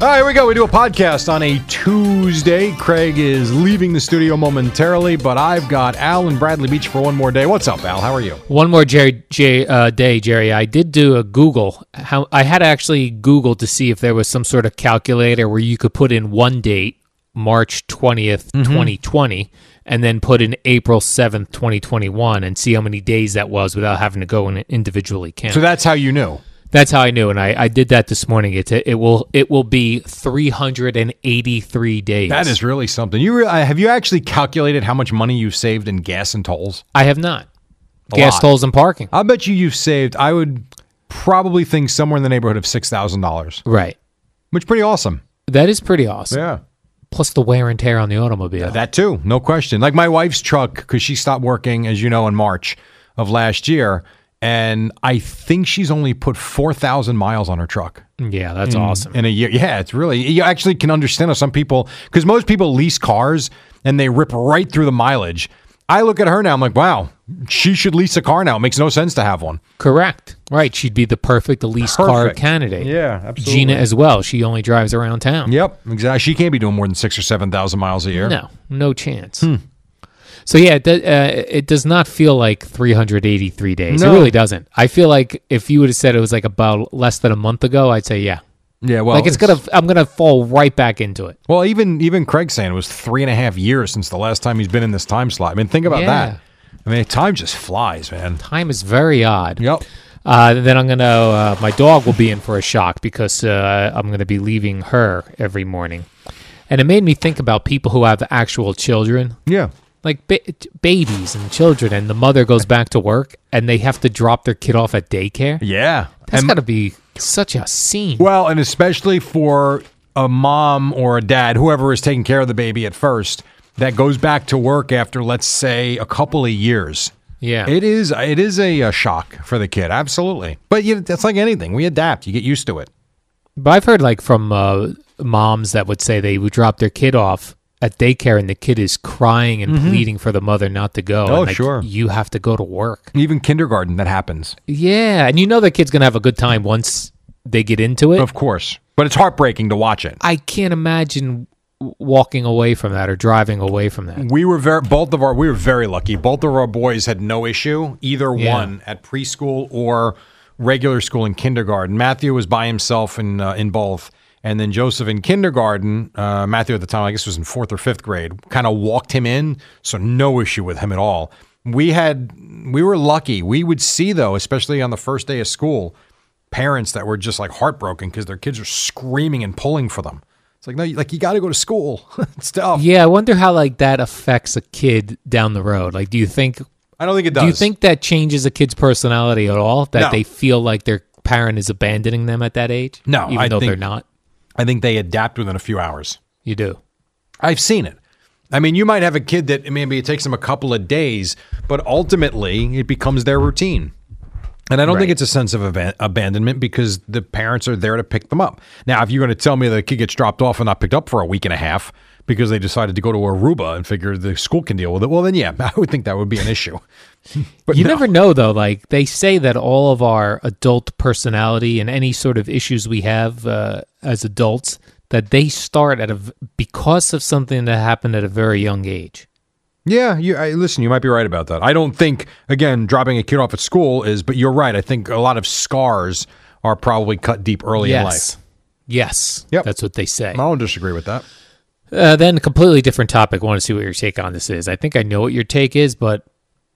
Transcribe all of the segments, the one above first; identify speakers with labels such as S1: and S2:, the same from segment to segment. S1: All right, here we go. We do a podcast on a Tuesday. Craig is leaving the studio momentarily, but I've got Al and Bradley Beach for one more day. What's up, Al? How are you?
S2: One more Jerry, J, uh, day, Jerry. I did do a Google. How I had to actually Google to see if there was some sort of calculator where you could put in one date, March 20th,
S1: Mm-hmm.
S2: 2020, and then put in April 7th, 2021, and see how many days that was without having to go and individually count.
S1: So that's how you knew.
S2: That's how I knew, and I, I did that this morning. It, it will it will be 383 days.
S1: That is really something. You re- uh, have you actually calculated how much money you've saved in gas and tolls?
S2: I have not.
S1: A
S2: Gas
S1: lot.
S2: tolls and parking.
S1: I bet you you've saved. I would probably think somewhere in the neighborhood of six thousand dollars,
S2: Right.
S1: which pretty awesome.
S2: That is pretty awesome.
S1: Yeah.
S2: Plus the wear and tear on the automobile.
S1: That too, no question. Like my wife's truck, because she stopped working, as you know, in March of last year, and I think she's only put four thousand miles on her truck
S2: yeah,
S1: Mm.
S2: that's awesome.
S1: in a year. Yeah, it's really you actually can understand how some people, because most people lease cars and they rip right through the mileage. I look at her now, I'm like, wow, she should lease a car now. It makes no sense to have one.
S2: Correct. Right. She'd be the perfect lease car
S1: Perfect.
S2: candidate.
S1: Yeah, absolutely.
S2: Gina as well. She only drives around town.
S1: Yep, exactly. She can't be doing more than six or seven thousand miles a year.
S2: No, no chance.
S1: Hmm.
S2: So yeah, it, do- uh, it does not feel like 383 days. It
S1: No.
S2: really doesn't. I feel like if you would have said it was like about less than a month ago, I'd say yeah.
S1: Yeah, well,
S2: like it's gonna, I'm gonna fall right back into it.
S1: Well, even even Craig saying it was three and a half years since the last time he's been in this time slot. I mean, think about
S2: Yeah.
S1: that. I mean, time just flies, man.
S2: Time is very odd.
S1: Yep.
S2: Uh, then I'm gonna. Uh, my dog will be in for a shock because uh, I'm gonna be leaving her every morning, and it made me think about people who have actual children,
S1: Yeah.
S2: like ba- babies and children, and the mother goes back to work and they have to drop their kid off at daycare.
S1: Yeah.
S2: That's
S1: And-
S2: gotta be such a scene.
S1: well, and especially for a mom or a dad, whoever is taking care of the baby at first, that goes back to work after, let's say, a couple of years.
S2: Yeah.
S1: It is it is a, uh shock for the kid, absolutely. But you, that's like anything. We adapt. You get used to it.
S2: But I've heard like from uh, moms that would say they would drop their kid off at daycare and the kid is crying and pleading for the mother not to go.
S1: Mm-hmm. Oh,
S2: and, like,
S1: sure.
S2: You have to go to work.
S1: Even kindergarten, that happens,
S2: Yeah, and you know the kid's gonna have a good time once they get into it.
S1: of course. But it's heartbreaking to watch it.
S2: I can't imagine w- walking away from that or driving away from that.
S1: We were very both of our we were very lucky. Both of our boys had no issue either
S2: Yeah.
S1: one at preschool or regular school in kindergarten. Matthew was by himself in uh, in both, and then Joseph in kindergarten. Uh, Matthew at the time I guess was in fourth or fifth grade. Kind of walked him in, so no issue with him at all. We had we were lucky. We would see though, especially on the first day of school, parents that were just like heartbroken because their kids are screaming and pulling for them. It's like no, you- like you got to go to school. it's tough.
S2: Yeah, I wonder how like that affects a kid down the road. Like, do you think
S1: I don't think it does.
S2: do you think that changes a kid's personality at all? That
S1: No.
S2: they feel like their parent is abandoning them at that age?
S1: No,
S2: even
S1: I
S2: though
S1: think-
S2: they're not.
S1: I think they adapt within a few hours.
S2: You do.
S1: I've seen it. I mean, you might have a kid that maybe it takes them a couple of days, but ultimately it becomes their routine. And I don't think it's a sense of aban- abandonment because the parents are there to pick them up. Now, if you're going to tell me that a kid gets dropped off and not picked up for a week and a half because they decided to go to Aruba and figure the school can deal with it, well, then yeah, I would think that would be an issue. But
S2: you
S1: no.
S2: never know though like they say that all of our adult personality and any sort of issues we have uh, as adults that they start at a v- because of something that happened at a very young age
S1: Yeah, you I, listen. You might be right about that. I don't think again dropping a kid off at school is, but you're right. I think a lot of scars are probably cut deep early in life.
S2: yes. Yes.
S1: Yep.
S2: That's what they say.
S1: I don't disagree with that.
S2: Uh, then a completely different topic. want to see what your take on this is. I think I know what your take is, but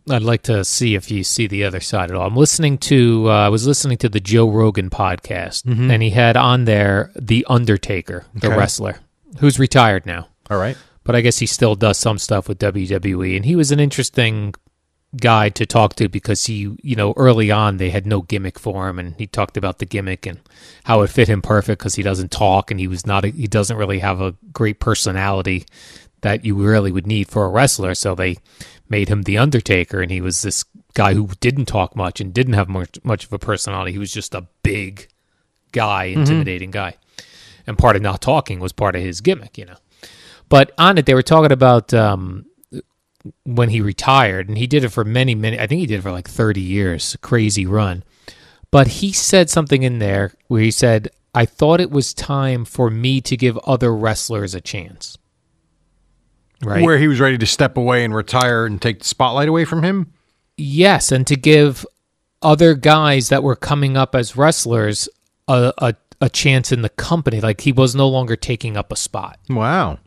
S2: I'd like to see if you see the other side at all. I'm listening to. Uh, I was listening to the Joe Rogan podcast, and he had on there the Undertaker, the
S1: Mm-hmm. Okay.
S2: wrestler, who's retired now,
S1: All right.
S2: but I guess he still does some stuff with WWE. And he was an interesting guy to talk to because he, you know, early on they had no gimmick for him, and he talked about the gimmick and how it fit him perfect because he doesn't talk and he was not, a, he doesn't really have a great personality that you really would need for a wrestler. So they made him the Undertaker, and he was this guy who didn't talk much and didn't have much much of a personality. He was just a big guy, intimidating guy. And part of not talking was part of his gimmick, you know. But on it, they were talking about um, when he retired, and he did it for many, many. I think he did it for like thirty years, crazy run. But he said something in there where he said, "I thought it was time for me to give other wrestlers a chance." Right?
S1: Where he was ready to step away and retire and take the spotlight away from him.
S2: Yes, and to give other guys that were coming up as wrestlers a, a a chance in the company, like he was no longer taking up a spot.
S1: Wow.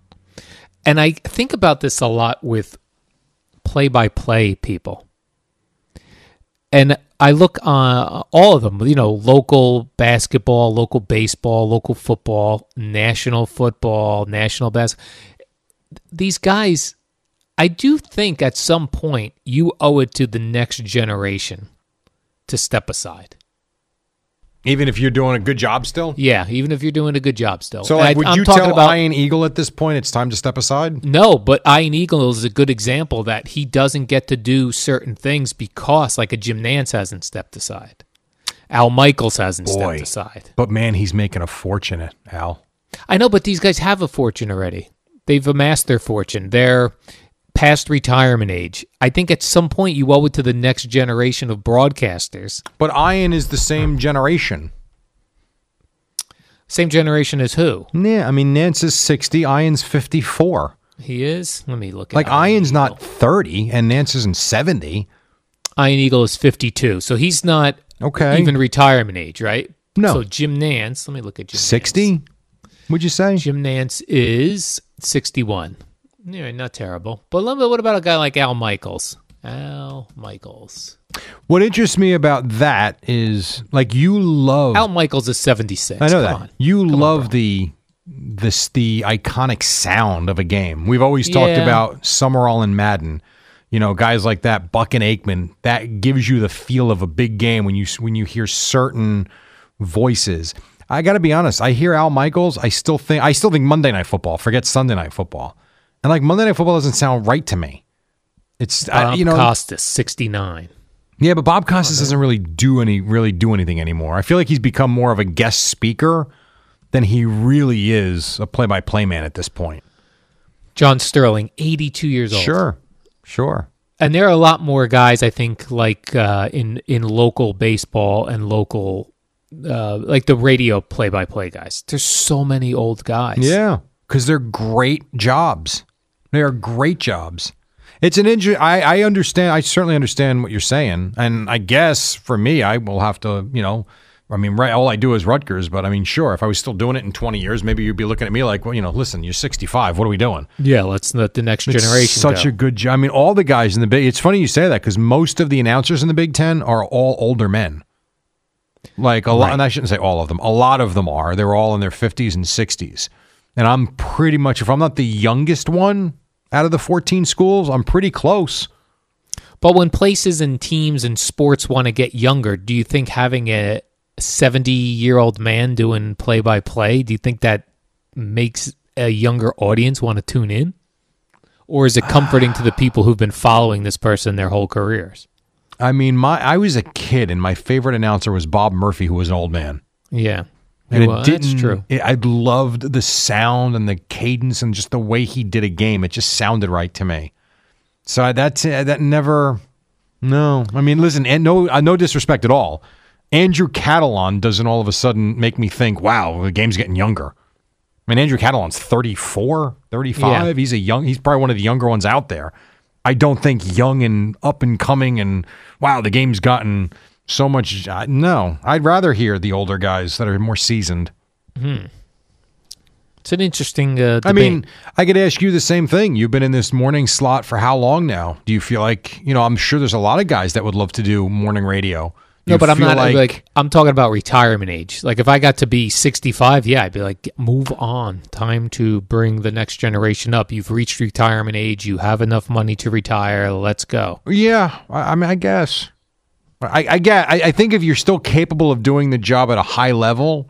S2: and I think about this a lot with play by play people. And I look on all of them, you know, local basketball, local baseball, local football, national football, national basketball. These guys, I do think at some point you owe it to the next generation to step aside.
S1: Even if you're doing a good job still.
S2: Yeah, even if you're doing a good job still.
S1: So
S2: And
S1: like, would
S2: I'm
S1: you
S2: talking
S1: tell
S2: about-
S1: Iron Eagle at this point it's time to step aside?
S2: No, but Ian Eagle is a good example that he doesn't get to do certain things because, like, a Jim Nance hasn't stepped aside. Al Michaels hasn't
S1: Boy.
S2: stepped aside.
S1: But man, he's making a fortune, at Al.
S2: I know, but these guys have a fortune already. They've amassed their fortune. They're past retirement age. I think at some point you owe it to the next generation of broadcasters.
S1: But Ian is the same generation.
S2: Same generation as who?
S1: Yeah, I mean Nance is sixty, Ian's fifty-four.
S2: He is? Let me look at
S1: Like
S2: Ian
S1: Ian's not thirty, and Nance isn't seventy.
S2: Ian Eagle is 52. So he's not
S1: Okay.
S2: even retirement age, right?
S1: No.
S2: So Jim Nance, let me look at Jim Nance.
S1: Sixty? Would you say?
S2: Jim Nance is 61. Yeah, not terrible. But let me- what about a guy like Al Michaels? Al Michaels.
S1: What interests me about that is like you love.
S2: Al Michaels is 76.
S1: I know
S2: Come
S1: that
S2: on.
S1: you love the this the iconic sound of a game. We've always talked
S2: Yeah.
S1: about Summerall and Madden. You know, guys like that, Buck and Aikman. That gives you the feel of a big game when you when you hear certain voices. I got to be honest. I hear Al Michaels. I still think I still think Monday Night Football. Forget Sunday Night Football. And like Monday Night Football doesn't sound right to me. It's I,
S2: Bob
S1: you know
S2: Costas, 69.
S1: yeah, but Bob Costas doesn't really do any really do anything anymore. I feel like he's become more of a guest speaker than he really is a play by play man at this point.
S2: John Sterling, 82 years old.
S1: Sure, sure.
S2: And there are a lot more guys, I think, like uh, in, in local baseball and local, uh, like the radio play by play guys. There's so many old guys.
S1: Yeah, because they're great jobs. They are great jobs. It's an injury. I, I understand. I certainly understand what you're saying, and I guess for me, I will have to. You know, I mean, right. All I do is Rutgers, but I mean, sure. If I was still doing it in 20 years, maybe you'd be looking at me like, well, you know, listen, you're 65. What are we doing?
S2: Yeah, let's let the next
S1: It's
S2: generation.
S1: Such
S2: go.
S1: a good job. I mean, all the guys in the big. It's funny you say that because most of the announcers in the Big Ten are all older men. Like a lot, and I shouldn't say all of them. A lot of them are. They're all in their fifties and sixties. And I'm pretty much, if I'm not the youngest one out of the 14 schools, I'm pretty close.
S2: But when places and teams and sports want to get younger, do you think having a 70 year old man doing play by play, do you think that makes a younger audience want to tune in? Or is it
S1: Ah.
S2: comforting to the people who've been following this person their whole careers?
S1: I mean, my I was a kid, and my favorite announcer was Bob Murphy, who was an old man.
S2: Yeah.
S1: And
S2: Well,
S1: it didn't,
S2: that's true.
S1: It, I loved the sound and the cadence and just the way he did a game. It just sounded right to me. So I, that's uh, that never. No, I mean, listen, and no, uh, no disrespect at all. Andrew Catalan doesn't all of a sudden make me think, wow, the game's getting younger. I mean, Andrew Catalan's 34, 35.
S2: Yeah.
S1: He's a young, he's probably one of the younger ones out there. I don't think young and up and coming and wow, the game's gotten so much. Uh, no, I'd rather hear the older guys that are more seasoned.
S2: It's an interesting. Uh,
S1: I
S2: debate.
S1: mean, I could ask you the same thing. You've been in this morning slot for how long now? Do you feel like, you know, I'm sure there's a lot of guys that would love to do morning radio. Do
S2: no,
S1: you
S2: but I'm
S1: feel
S2: not like, I'm talking about retirement age. Like if I got to be 65, yeah, I'd be like, move on. Time to bring the next generation up. You've reached retirement age. You have enough money to retire. Let's go.
S1: Yeah, I, I mean, I guess. I, I get. I, I think if you're still capable of doing the job at a high level,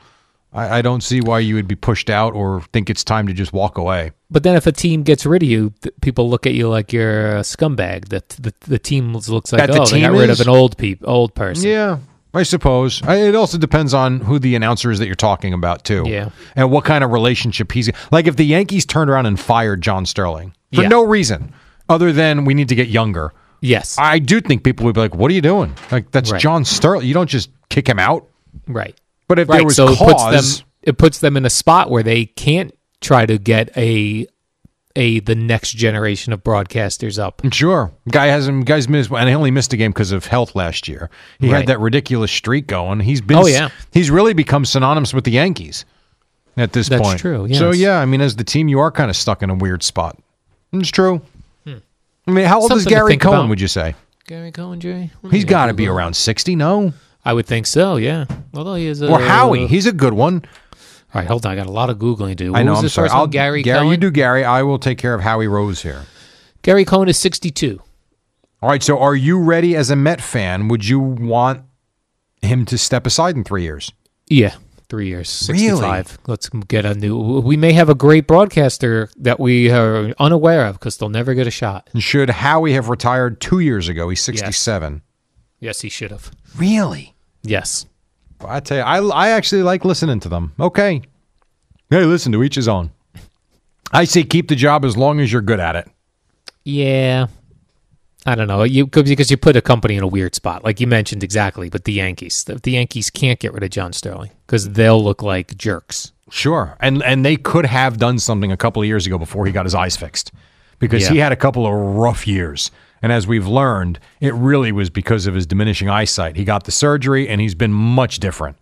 S1: I, I don't see why you would be pushed out or think it's time to just walk away.
S2: But then if a team gets rid of you, th- people look at you like you're a scumbag. That the, the team looks like
S1: That the
S2: oh, they got
S1: team
S2: rid
S1: is?
S2: of an old peop- old person.
S1: Yeah, I suppose. I, it also depends on who the announcer is that you're talking about too.
S2: Yeah.
S1: and what kind of relationship he's like. If the Yankees turned around and fired John Sterling for
S2: Yeah.
S1: no reason other than we need to get younger,
S2: Yes.
S1: I do think people would be like, "What are you doing? Like that's
S2: Right.
S1: John Sterling. You don't just kick him out."
S2: right.
S1: But if
S2: Right.
S1: there was
S2: so
S1: cause,
S2: it puts them it puts them in a spot where they can't try to get a a the next generation of broadcasters up.
S1: Sure, guy hasn't guys missed, and he only missed a game because of health last year. He
S2: Right.
S1: had that ridiculous streak going. He's been,
S2: Oh, yeah.
S1: he's really become synonymous with the Yankees at this
S2: That's
S1: point.
S2: true,
S1: So
S2: yes.
S1: yeah, I mean, as the team, you are kind of stuck in a weird spot. It's true. I mean, how old is
S2: Hmm. Something to
S1: Gary
S2: think
S1: Cohen?
S2: about.
S1: Would you say
S2: Gary Cohen, Jay?
S1: he's got to be around sixty? No,
S2: I would think so, yeah. Although he is a,
S1: or Howie? He's a good one.
S2: All right, hold on. I got a lot of googling to do.
S1: I
S2: What
S1: know.
S2: was
S1: I'm
S2: the
S1: sorry.
S2: first one?
S1: I'll
S2: Gary,
S1: Gary.
S2: Cohen.
S1: You do Gary. I will take care of Howie Rose here.
S2: Gary Cohen is 62.
S1: All right. So, are you ready as a Met fan? Would you want him to step aside in three years?
S2: Yeah, three years, 65.
S1: Really?
S2: Let's get a new. We may have a great broadcaster that we are unaware of because they'll never get a shot.
S1: And should Howie have retired two years ago? He's 67.
S2: Yes, he should have.
S1: Really?
S2: Yes.
S1: I tell you, I, I actually like listening to them. Okay. Hey, listen to each his own. I say keep the job as long as you're good at it.
S2: Yeah. I don't know. You 'cause- because you put a company in a weird spot, like you mentioned exactly. But the Yankees, the, the Yankees can't get rid of John Sterling because they'll look like jerks.
S1: Sure. And and they could have done something a couple of years ago before he got his eyes fixed. Because he
S2: Yeah.
S1: had a couple of rough years. And as we've learned, it really was because of his diminishing eyesight. He got the surgery and he's been much different.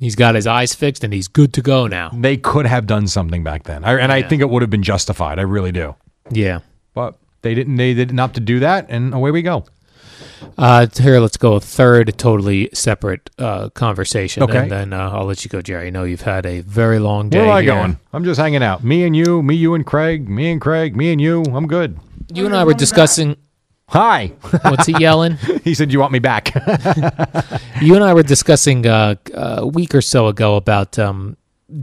S2: He's got his eyes fixed and he's good to go now.
S1: They could have done something back then. I, and I think it would have been justified. I really do.
S2: Yeah.
S1: but they didn't they didn't opt to do that and away we go
S2: Uh, here, let's go. Third, totally separate uh, conversation.
S1: Okay.
S2: And then uh, I'll let you go, Jerry. I know you've had a very long day.
S1: where am i
S2: here.
S1: going i'm just hanging out me and you me you and craig me and craig me and you i'm good
S2: You and I were discussing.
S1: hi
S2: What's he yelling?
S1: he said you want me back
S2: you and I were discussing uh, a week or so ago about um,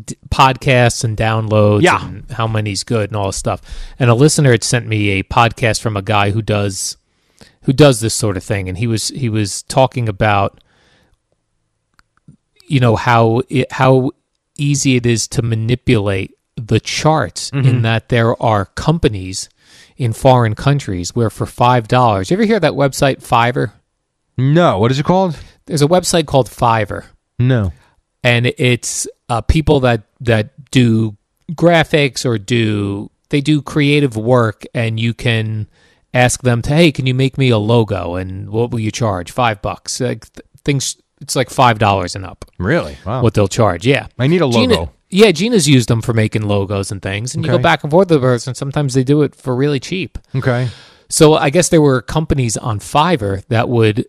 S2: d- podcasts and downloads
S1: Yeah.
S2: and how many's good and all this stuff. And a listener had sent me a podcast from a guy who does who does this sort of thing, and he was he was talking about you know how it, how easy it is to manipulate the charts in that there are companies in foreign countries where for five dollars you ever hear that website fiverr
S1: no what is it called
S2: there's a website called fiverr
S1: no
S2: and it's uh, people that that do graphics or do they do creative work and you can ask them to hey can you make me a logo and what will you charge five bucks like th- things it's like five dollars and up
S1: really wow
S2: what they'll charge yeah
S1: i need a logo
S2: Gina, yeah gina's used them for making logos and things and you
S1: Okay.
S2: go back and forth with her and sometimes they do it for really cheap
S1: okay
S2: so I guess there were companies on Fiverr that would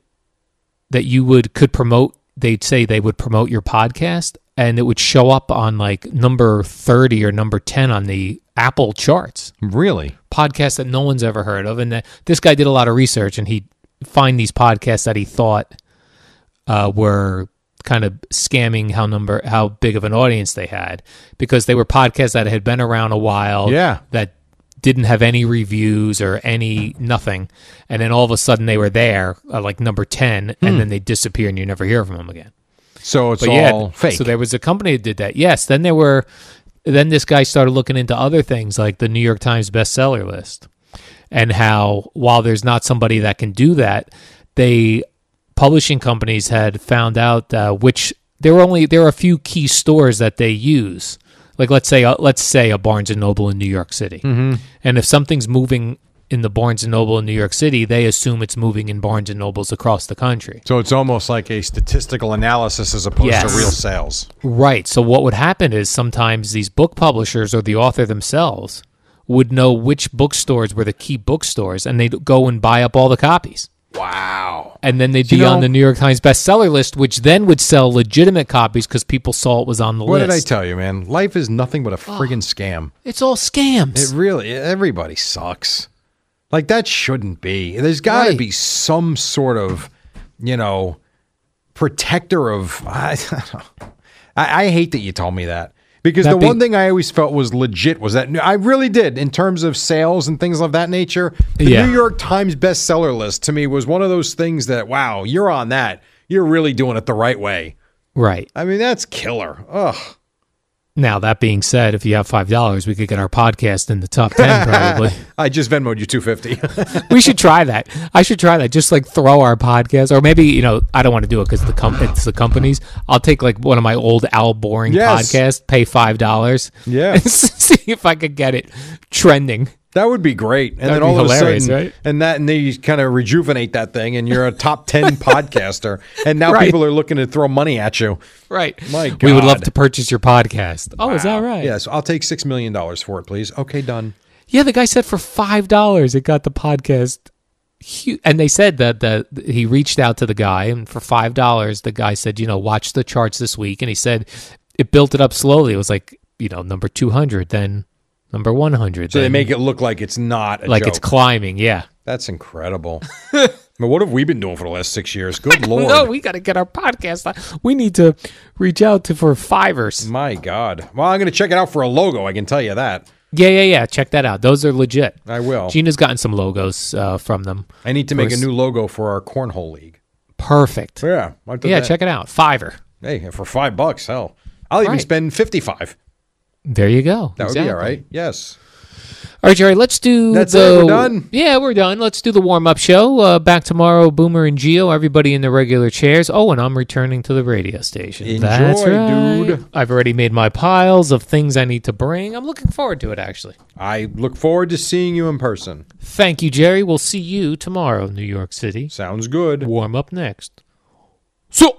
S2: that you would could promote. They'd say they would promote your podcast, and it would show up on like number thirty or number ten on the Apple charts.
S1: really
S2: Podcasts that no one's ever heard of, and that this guy did a lot of research, and he'd find these podcasts that he thought uh, were kind of scamming how number how big of an audience they had because they were podcasts that had been around a while
S1: Yeah.
S2: that didn't have any reviews or any nothing and then all of a sudden they were there uh, like number 10 and then they disappear and you never hear from them again
S1: so it's
S2: but yeah
S1: all fake
S2: so there was a company that did that yes then there were then this guy started looking into other things like the new york times bestseller list and how while there's not somebody that can do that, they publishing companies had found out uh, which there were only there are a few key stores that they use. Mm-hmm. Like let's say uh, let's say a Barnes and Noble in New York City, and if something's moving in the Barnes and Noble in New York City, they assume it's moving in Barnes and Nobles across the country.
S1: So it's almost like a statistical analysis as opposed
S2: Yes.
S1: to real sales.
S2: Right. So what would happen is sometimes these book publishers or the author themselves would know which bookstores were the key bookstores and they'd go and buy up all the copies.
S1: Wow.
S2: And then they'd
S1: You
S2: be on
S1: know-
S2: the New York Times bestseller list, which then would sell legitimate copies because people saw it was on the
S1: What
S2: list.
S1: did I tell you, man? Life is nothing but a friggin' scam.
S2: it's all scams.
S1: It really, everybody sucks. Like that shouldn't be. There's got to
S2: Right.
S1: be some sort of, you know, protector of. I, I, I hate that you told me that because
S2: That
S1: the
S2: being-
S1: one thing I always felt was legit was that I really did in terms of sales and things of that nature. The
S2: Yeah.
S1: New York Times bestseller list to me was one of those things that wow, you're on that. You're really doing it the right way.
S2: right.
S1: I mean, that's killer. Ugh.
S2: Now, that being said, if you have $5, we could get our podcast in the top 10 probably.
S1: I just Venmoed you 250.
S2: we should try that. I should try that. Just like throw our podcast, or maybe you know, I don't want to do it because the com- it's the companies. I'll take like one of my old Al Boring
S1: Yes.
S2: podcasts, pay five dollars,
S1: Yeah.
S2: and see if I could get it trending.
S1: That would be great. And
S2: That'd
S1: then all
S2: be
S1: of a
S2: hilarious,
S1: sudden,
S2: right?
S1: and that, and then you kind of rejuvenate that thing, and you're a top 10 podcaster. And now
S2: Right.
S1: people are looking to throw money at you.
S2: Right.
S1: My
S2: We would love
S1: God.
S2: to purchase your podcast. Oh, is that right?
S1: Yes, I'll take $6 million for it, please. Okay, done.
S2: Yeah, the guy said for five dollars it got the podcast. hu- And they said that that he reached out to the guy, and for five dollars, the guy said, you know, watch the charts this week, and he said it built it up slowly. It was like you know number two hundred, then number one hundred.
S1: So they make it look like it's not a
S2: like
S1: joke.
S2: it's climbing. Yeah.
S1: That's incredible. but what have we been doing for the last six years? Good Lord.
S2: No, we got to get our podcast. on. We need to reach out to for fivers.
S1: My God. Well, I'm going to check it out for a logo. I can tell you that.
S2: Yeah, yeah, yeah. Check that out. Those are legit.
S1: I will.
S2: Gina's gotten some logos uh, from them.
S1: I need to make a new logo for our cornhole league.
S2: Perfect.
S1: Yeah. I'll do
S2: Yeah,
S1: that.
S2: check it out. Fiver.
S1: Hey, for five bucks, hell. I'll even
S2: Right.
S1: spend 55.
S2: There you go.
S1: That would be all
S2: Exactly.
S1: right. Yes.
S2: All right, Jerry, let's do
S1: That's
S2: the,
S1: it, we're done.
S2: Yeah, we're done. Let's do the warm up show. Uh, back tomorrow, Boomer and Geo, everybody in their regular chairs. Oh, and I'm returning to the radio station.
S1: Enjoy,
S2: That's right.
S1: dude.
S2: I've already made my piles of things I need to bring. I'm looking forward to it, actually.
S1: I look forward to seeing you in person.
S2: Thank you, Jerry. We'll see you tomorrow, New York City.
S1: Sounds good.
S2: Warm up next. So.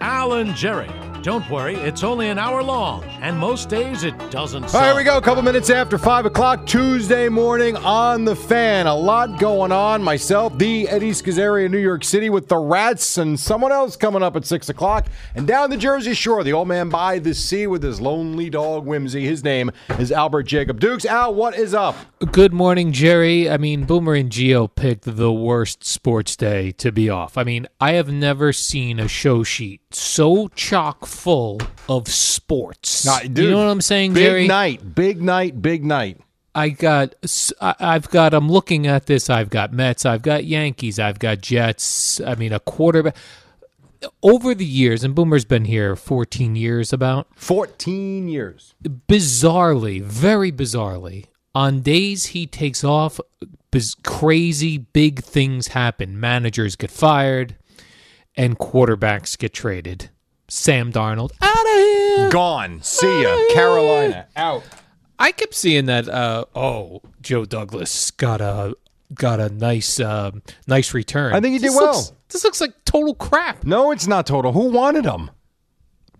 S3: Al and Jerry. Don't worry, it's only an hour long, and most days it doesn't.
S1: All right, here
S3: suck.
S1: we go. A couple minutes after 5 o'clock, Tuesday morning on the fan. A lot going on. Myself, the Eddie Schizzeri in New York City with the Rats, and someone else coming up at 6 o'clock. And down the Jersey Shore, the old man by the sea with his lonely dog, Whimsy. His name is Albert Jacob Dukes. Al, what is up?
S2: Good morning, Jerry. I mean, Boomer and Geo picked the worst sports day to be off. I mean, I have never seen a show sheet so chock full of sports.
S1: Nah,
S2: you
S1: dude,
S2: know what I'm saying,
S1: Big
S2: Jerry?
S1: night, big night, big night.
S2: I got, s- I- I've got. I'm looking at this. I've got Mets. I've got Yankees. I've got Jets. I mean, a quarterback. Over the years, and Boomer's been here 14 years about.
S1: 14 years.
S2: bizarrely, very bizarrely, on days he takes off, biz- crazy big things happen. Managers get fired, and quarterbacks get traded. Sam Darnold out of here.
S1: Gone. See ya. Carolina. Out.
S2: I kept seeing that. Uh, oh, Joe Douglas got a got a nice um nice return.
S1: I think he did
S2: This
S1: well.
S2: looks- this looks like total crap.
S1: No, it's not total. Who wanted him?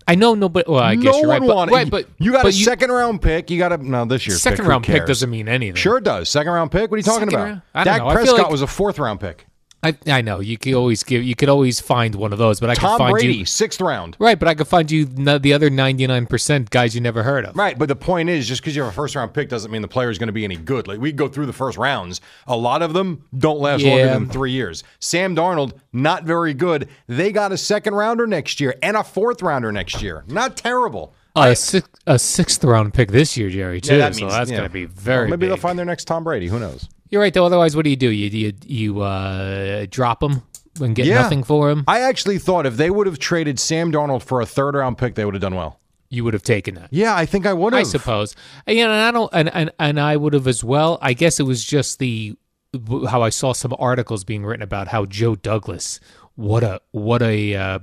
S2: I know nobody. Well, I
S1: no
S2: guess you're right.
S1: one
S2: but,
S1: wanted.
S2: right, but
S1: you got a
S2: but
S1: second round pick. You got a no this year.
S2: second
S1: pick,
S2: round
S1: who
S2: pick
S1: cares?
S2: doesn't mean anything.
S1: Sure it does. Second round pick. What are you talking
S2: Second
S1: about?
S2: round- I don't
S1: Dak
S2: know. I feel
S1: Prescott
S2: like-
S1: was a fourth round pick.
S2: I, I know you could always give you could always find one of those, but I could
S1: Tom
S2: find
S1: Brady,
S2: you
S1: sixth round.
S2: right. But I could find you no, the other ninety nine percent guys you never heard of.
S1: Right, but the point is, just because you have a first round pick doesn't mean the player is going to be any good. Like we go through the first rounds, a lot of them don't last longer
S2: Yeah.
S1: than three years. Sam Darnold, not very good. They got a second rounder next year and a fourth rounder next year. Not terrible.
S2: A, six, a sixth round pick this year, Jerry. Too.
S1: that
S2: so
S1: means-
S2: that's
S1: yeah.
S2: going to be very.
S1: Well, maybe
S2: big.
S1: they'll find their next Tom Brady. Who knows?
S2: You're right though. Otherwise, what do you do? You you you uh, drop him and get
S1: Yeah.
S2: nothing for him.
S1: I actually thought if they would have traded Sam Darnold for a third round pick, they would have done well.
S2: you would have taken that.
S1: Yeah, I think I would have.
S2: I suppose. And, you know, and I don't, and, and and I would have as well. I guess it was just the how I saw some articles being written about how Joe Douglas, what a what a uh,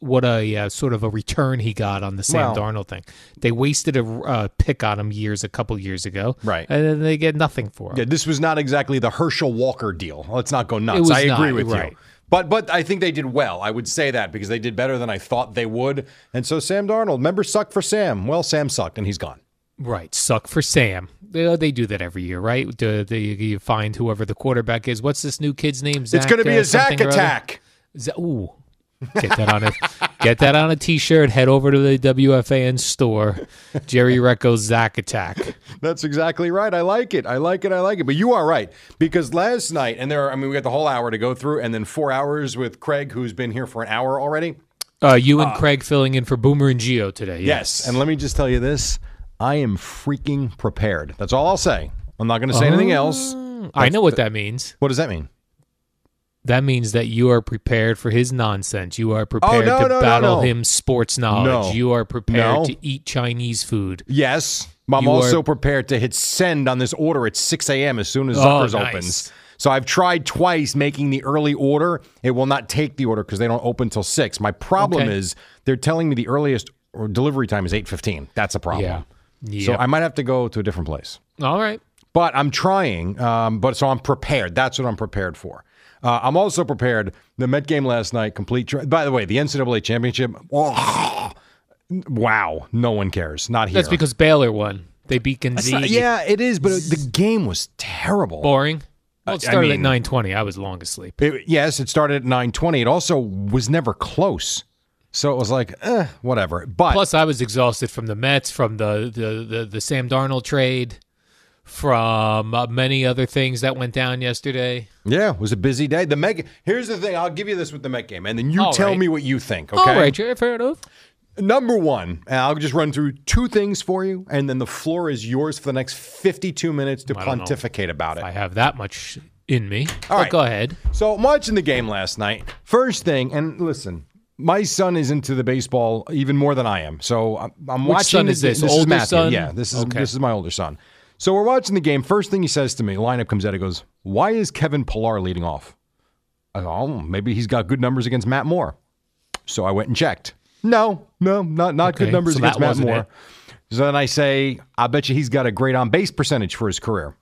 S2: what a uh, sort of a return he got on the Sam
S1: Well-
S2: Darnold thing. They wasted a uh, pick on him years a couple years ago,
S1: Right.
S2: And then they get nothing for him.
S1: Yeah, this was not exactly the Herschel Walker deal. Let's not go nuts.
S2: was
S1: I agree
S2: not,
S1: with
S2: right.
S1: you. But but I think they did well. I would say that because they did better than I thought they would. And so Sam Darnold, members suck for Sam. Well, Sam sucked and he's gone.
S2: Right, suck for Sam. They, uh, they do that every year, right? Do, they, you find whoever the quarterback is. What's this new kid's name? Zach,
S1: it's going to be
S2: uh,
S1: a Zach
S2: something or other?
S1: attack.
S2: Z- Ooh. Get that on a get that on a t-shirt. Head over to the WFAN store. Jerry Recco's Zack Attack.
S1: That's exactly right. I like it. I like it. I like it. But you are right because last night, and there, are, I mean, we got the whole hour to go through, and then four hours with Craig, who's been here for an hour already.
S2: Uh, you and Craig filling in for Boomer and Geo today.
S1: Yes. And let me just tell you this: I am freaking prepared. That's all I'll say. I'm not going to say anything
S2: Oh.
S1: else.
S2: I know what that means.
S1: What does that mean?
S2: That means that you are prepared for his nonsense. You are prepared
S1: Oh,
S2: to
S1: no, no, no,
S2: battle
S1: no.
S2: him sports knowledge.
S1: No.
S2: You are prepared
S1: No.
S2: to eat Chinese food.
S1: Yes. I'm
S2: You
S1: also
S2: are-
S1: prepared to hit send on this order at 6 a.m. as soon as
S2: Oh,
S1: Zucker's
S2: nice.
S1: opens. So I've tried twice making the early order. It will not take the order because they don't open till 6. My problem
S2: Okay.
S1: is they're telling me the earliest or delivery time is 8.15. That's a problem.
S2: Yeah. Yeah.
S1: So I might have to go to a different place.
S2: All right.
S1: But I'm trying. Um, but so I'm prepared. That's what I'm prepared for. Uh, I'm also prepared. The Met game last night, complete. Tra- By the way, the NCAA championship. oh, wow, no one cares. Not here.
S2: That's because Baylor won. They beat
S1: It's
S2: Gonzaga.
S1: not- yeah, it is, but it- the game was terrible.
S2: Boring. Well, it
S1: I- I
S2: started at
S1: mean-
S2: nine twenty. I was long asleep.
S1: It- yes, it started at 9:20. It also was never close. So it was like, eh, whatever. But
S2: Plus, I was exhausted from the Mets, from the the the, the Sam Darnold trade, from uh, many other things that went down yesterday.
S1: yeah, it was a busy day. The Met Here's the thing, I'll give you this with the Met game and then you
S2: All
S1: tell
S2: right.
S1: me what you think, okay?
S2: All right, Jerry, fair enough.
S1: Number 1, and I'll just run through two things for you and then the floor is yours for the next 52 minutes to
S2: I don't know
S1: pontificate about it.
S2: I have that much in me. But
S1: All right.
S2: go ahead.
S1: So I'm watching the game last night. First thing, and listen, my son is into the baseball even more than I am. So I'm, I'm
S2: Which
S1: watching.
S2: son is
S1: the-
S2: this? Older
S1: Matthew.
S2: son?
S1: Yeah, this is
S2: Okay.
S1: this is my older son. So we're watching the game. First thing he says to me, lineup comes out. He goes, "Why is Kevin Pillar leading off?" I go, "Oh, maybe he's got good numbers against Matt Moore." So I went and checked. No, no, not not
S2: Okay,
S1: good numbers
S2: so
S1: against
S2: that
S1: Matt
S2: wasn't
S1: Moore.
S2: it.
S1: So then I say, "I bet you he's got a great on base percentage for his career."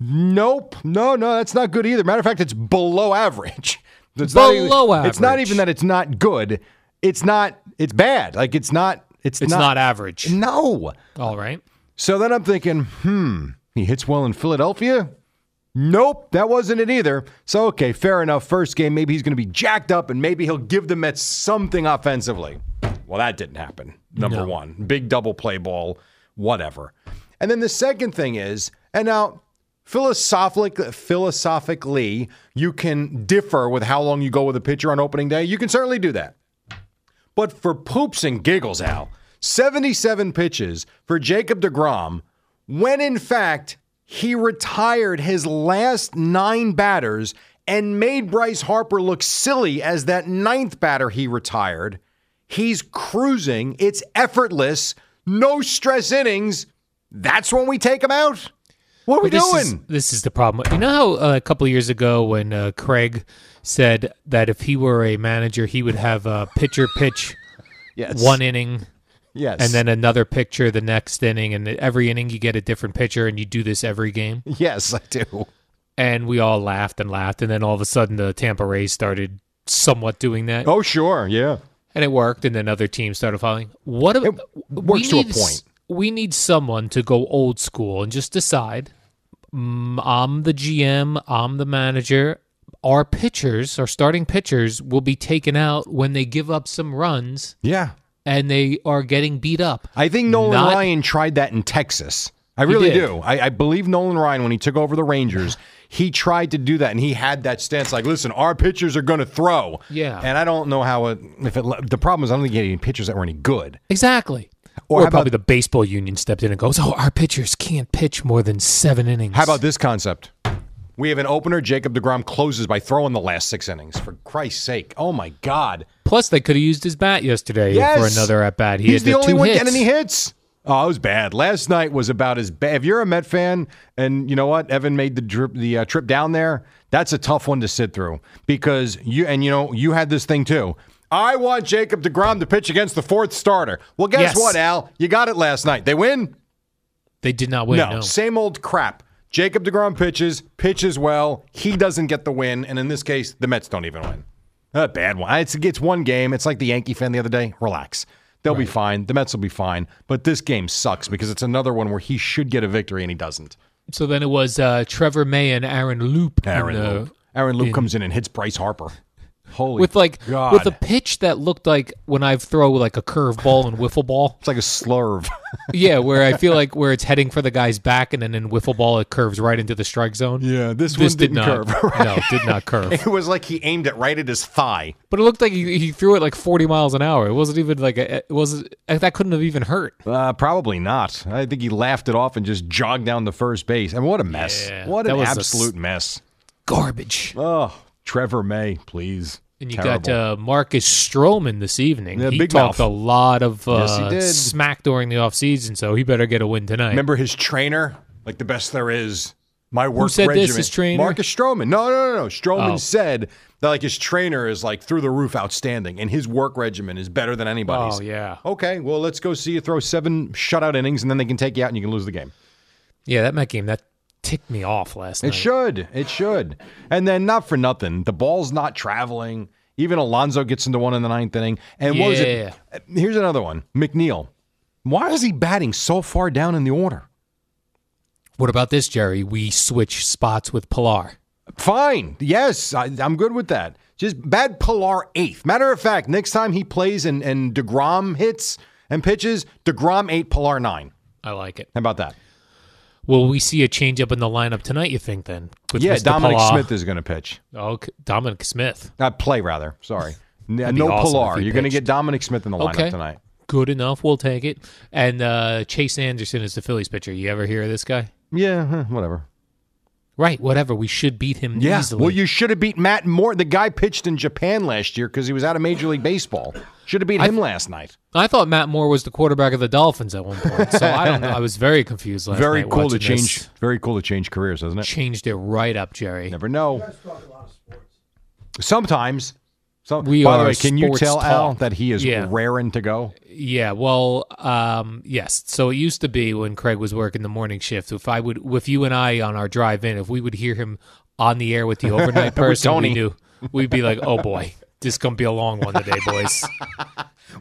S1: Nope. No, no, that's not good either. Matter of fact, it's below average. It's
S2: Below
S1: not even, It's not
S2: average.
S1: even that it's not good. It's not. It's bad. Like it's not. It's,
S2: It's not, average.
S1: No.
S2: All right.
S1: So then I'm thinking, hmm, he hits well in Philadelphia. Nope, that wasn't it either. So okay, fair enough. First game, maybe he's going to be jacked up, and maybe he'll give the Mets something offensively. Well, that didn't happen. Number one, big double play ball, whatever. And then the second thing is, and now philosophic, philosophically, you can differ with how long you go with a pitcher on opening day. You can certainly do that. But for poops and giggles, Al, 77 pitches for Jacob DeGrom, when in fact he retired his last nine batters and made Bryce Harper look silly as that ninth batter he retired. He's cruising. It's effortless. No stress innings. That's when we take him out. What are we
S2: But this
S1: doing?
S2: Is, this is the problem. You know how uh, a couple of years ago when uh, Craig said that if he were a manager, he would have a pitcher pitch
S1: yes.
S2: one inning.
S1: Yes.
S2: And then another pitcher the next inning, and every inning you get a different pitcher, and you do this every game.
S1: yes, I do.
S2: and we all laughed and laughed and then all of a sudden the Tampa Rays started somewhat doing that
S1: Oh, sure. Yeah.
S2: and it worked and then other teams started following what a,
S1: It works to a point.
S2: we need someone to go old school and just decide mm, I'm the GM I'm the manager our pitchers, our starting pitchers, will be taken out when they give up some runs
S1: Yeah.
S2: and they are getting beat up.
S1: I think Nolan
S2: Not-
S1: Ryan tried that in Texas. I really
S2: did.
S1: do. I, I believe Nolan Ryan, when he took over the Rangers, he tried to do that and he had that stance like, listen, our pitchers are going to throw.
S2: Yeah.
S1: And I don't know how it, if it, le- the problem is, I don't think he had any pitchers that were any good.
S2: Exactly.
S1: Or
S2: Or,
S1: how about-
S2: probably the baseball union stepped in and goes, "Oh, our pitchers can't pitch more than seven innings."
S1: How about this concept? We have an opener. Jacob DeGrom closes by throwing the last six innings. For Christ's sake. Oh, my God.
S2: Plus, they could have used his bat yesterday for another at bat. He
S1: He's
S2: had
S1: the only
S2: two
S1: one
S2: hits.
S1: getting any hits. Oh, it was bad. Last night was about as bad. If you're a Met fan, and you know what, Evan made the drip, the uh, trip down there. That's a tough one to sit through because you and you know you had this thing too. I want Jacob Degrom to pitch against the fourth starter. Well, guess
S2: Yes.
S1: what, Al? You got it last night. They win.
S2: They did not win. No.
S1: same old crap. Jacob Degrom pitches, pitches well. He doesn't get the win, and in this case, the Mets don't even win. A bad one. It's it's one game. It's like the Yankee fan the other day. Relax. They'll be fine. The Mets will be fine. But this game sucks because it's another one where he should get a victory and he doesn't.
S2: So then it was uh, Trevor May and Aaron Loop. in
S1: Aaron
S2: the-
S1: Luke. Aaron Luke comes in and hits Bryce Harper. Holy
S2: With like
S1: God.
S2: with a pitch that looked like when I throw like a curveball and wiffle ball,
S1: it's like a slurve.
S2: yeah, where I feel like where it's heading for the guy's back, and then in wiffle ball it curves right into the strike zone.
S1: Yeah, this
S2: this
S1: one
S2: did
S1: didn't
S2: not.
S1: curve,
S2: No, it did not curve.
S1: it was like he aimed it right at his thigh.
S2: But it looked like he, he threw it like 40 miles an hour. It wasn't even like a, it was that couldn't have even hurt.
S1: Uh, probably not. I think he laughed it off and just jogged down the first base. I mean, what a mess!
S2: Yeah,
S1: what
S2: that
S1: an
S2: was a
S1: absolute
S2: s-
S1: mess.
S2: Garbage.
S1: Oh, Trevor May, please.
S2: And you
S1: Terrible.
S2: got uh, Marcus Stroman this evening.
S1: Yeah,
S2: he
S1: big
S2: talked
S1: mouth.
S2: a lot of uh,
S1: Yes, he did.
S2: smack during the offseason, so he better get a win tonight.
S1: Remember his trainer, like the best there is. My work
S2: said this,
S1: regimen.
S2: his trainer?
S1: Marcus Stroman. No, no, no, no. Stroman
S2: Oh.
S1: said that like his trainer is like through the roof, outstanding, and his work regimen is better than anybody's.
S2: oh yeah,
S1: Okay, well, let's go see you throw seven shutout innings, and then they can take you out, and you can lose the game.
S2: yeah. That Met game that ticked me off last
S1: It
S2: night.
S1: should. It should. And then not for nothing, the ball's not traveling. Even Alonzo gets into one in the ninth inning. And what was it? Here's another one. McNeil. Why is he batting so far down in the order?
S2: What about this, Jerry? We switch spots with Pilar.
S1: Fine. Yes, I, I'm good with that. Just bad Pilar eighth. Matter of fact, next time he plays and, and DeGrom hits and pitches, DeGrom eight, Pilar nine.
S2: I like it.
S1: How about that?
S2: Will we see a change up in the lineup tonight? You think then? With
S1: yeah,
S2: Mr.
S1: Dominic
S2: Pilar.
S1: Smith is going to pitch.
S2: Okay, Dominic Smith.
S1: Uh, play, rather. Sorry. N-
S2: be
S1: no
S2: awesome if
S1: Pilar.
S2: he
S1: You're going to
S2: pitched.
S1: get Dominic Smith in the lineup
S2: Okay.
S1: tonight.
S2: Good enough. We'll take it. And uh, Chase Anderson is the Phillies pitcher. You ever hear of this guy?
S1: Yeah, huh, whatever.
S2: Right. Whatever. We should beat him
S1: Yeah.
S2: easily.
S1: Well, you should have beat Matt Moore. The guy pitched in Japan last year because he was out of Major League Baseball. Should have beat him last night.
S2: I thought Matt Moore was the quarterback of the Dolphins at one point, so I don't know. I was very confused last
S1: Very
S2: night
S1: cool to
S2: watching this.
S1: change. Very cool to change careers, isn't it?
S2: Changed it right up, Jerry.
S1: Never know. Sometimes. Some,
S2: We
S1: by the
S2: are
S1: way, can you
S2: sports
S1: tell Al
S2: talk.
S1: that he is
S2: Yeah.
S1: raring to go?
S2: Yeah, well, um, yes. So it used to be when Craig was working the morning shift. If I would, with you and I on our drive in, if we would hear him on the air with the overnight person,
S1: Tony.
S2: we knew we'd be like, "Oh boy, this gonna be a long one today, boys."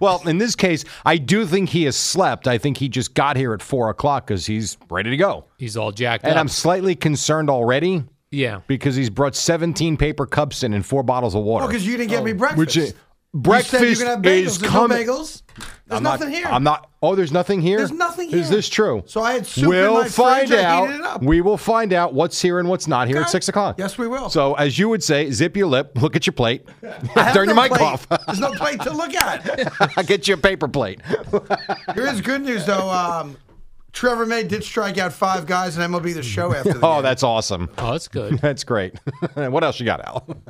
S1: Well, in this case, I do think he has slept. I think he just got here at four o'clock because he's ready to go.
S2: He's all jacked
S1: And
S2: up.
S1: I'm slightly concerned already
S2: yeah,
S1: because he's brought 17 paper cups in and four bottles of water.
S4: because you didn't get me breakfast.
S1: Which is-
S4: You said you're
S1: breakfast
S4: gonna have bagels.
S1: is
S4: There's
S1: coming.
S4: No bagels. There's
S1: I'm
S4: nothing
S1: not,
S4: here.
S1: I'm not. Oh, there's nothing here.
S4: There's nothing
S1: Is
S4: here.
S1: this true?
S4: So I had soup in
S1: We'll
S4: my fridge.
S1: find
S4: I
S1: out.
S4: heated it up.
S1: We will find out what's here and what's not here at
S4: Okay.
S1: six o'clock.
S4: Yes, we will.
S1: So, as you would say, zip your lip, look at your plate,
S4: I have
S1: turn your
S4: no
S1: mic
S4: plate.
S1: off.
S4: There's no plate to look at.
S1: get you a paper plate.
S4: There is good news though. Um, Trevor May did strike out five guys in MLB the show after. The
S1: Oh,
S4: game.
S1: that's awesome.
S2: oh, that's good.
S1: That's great. what else you got, Al?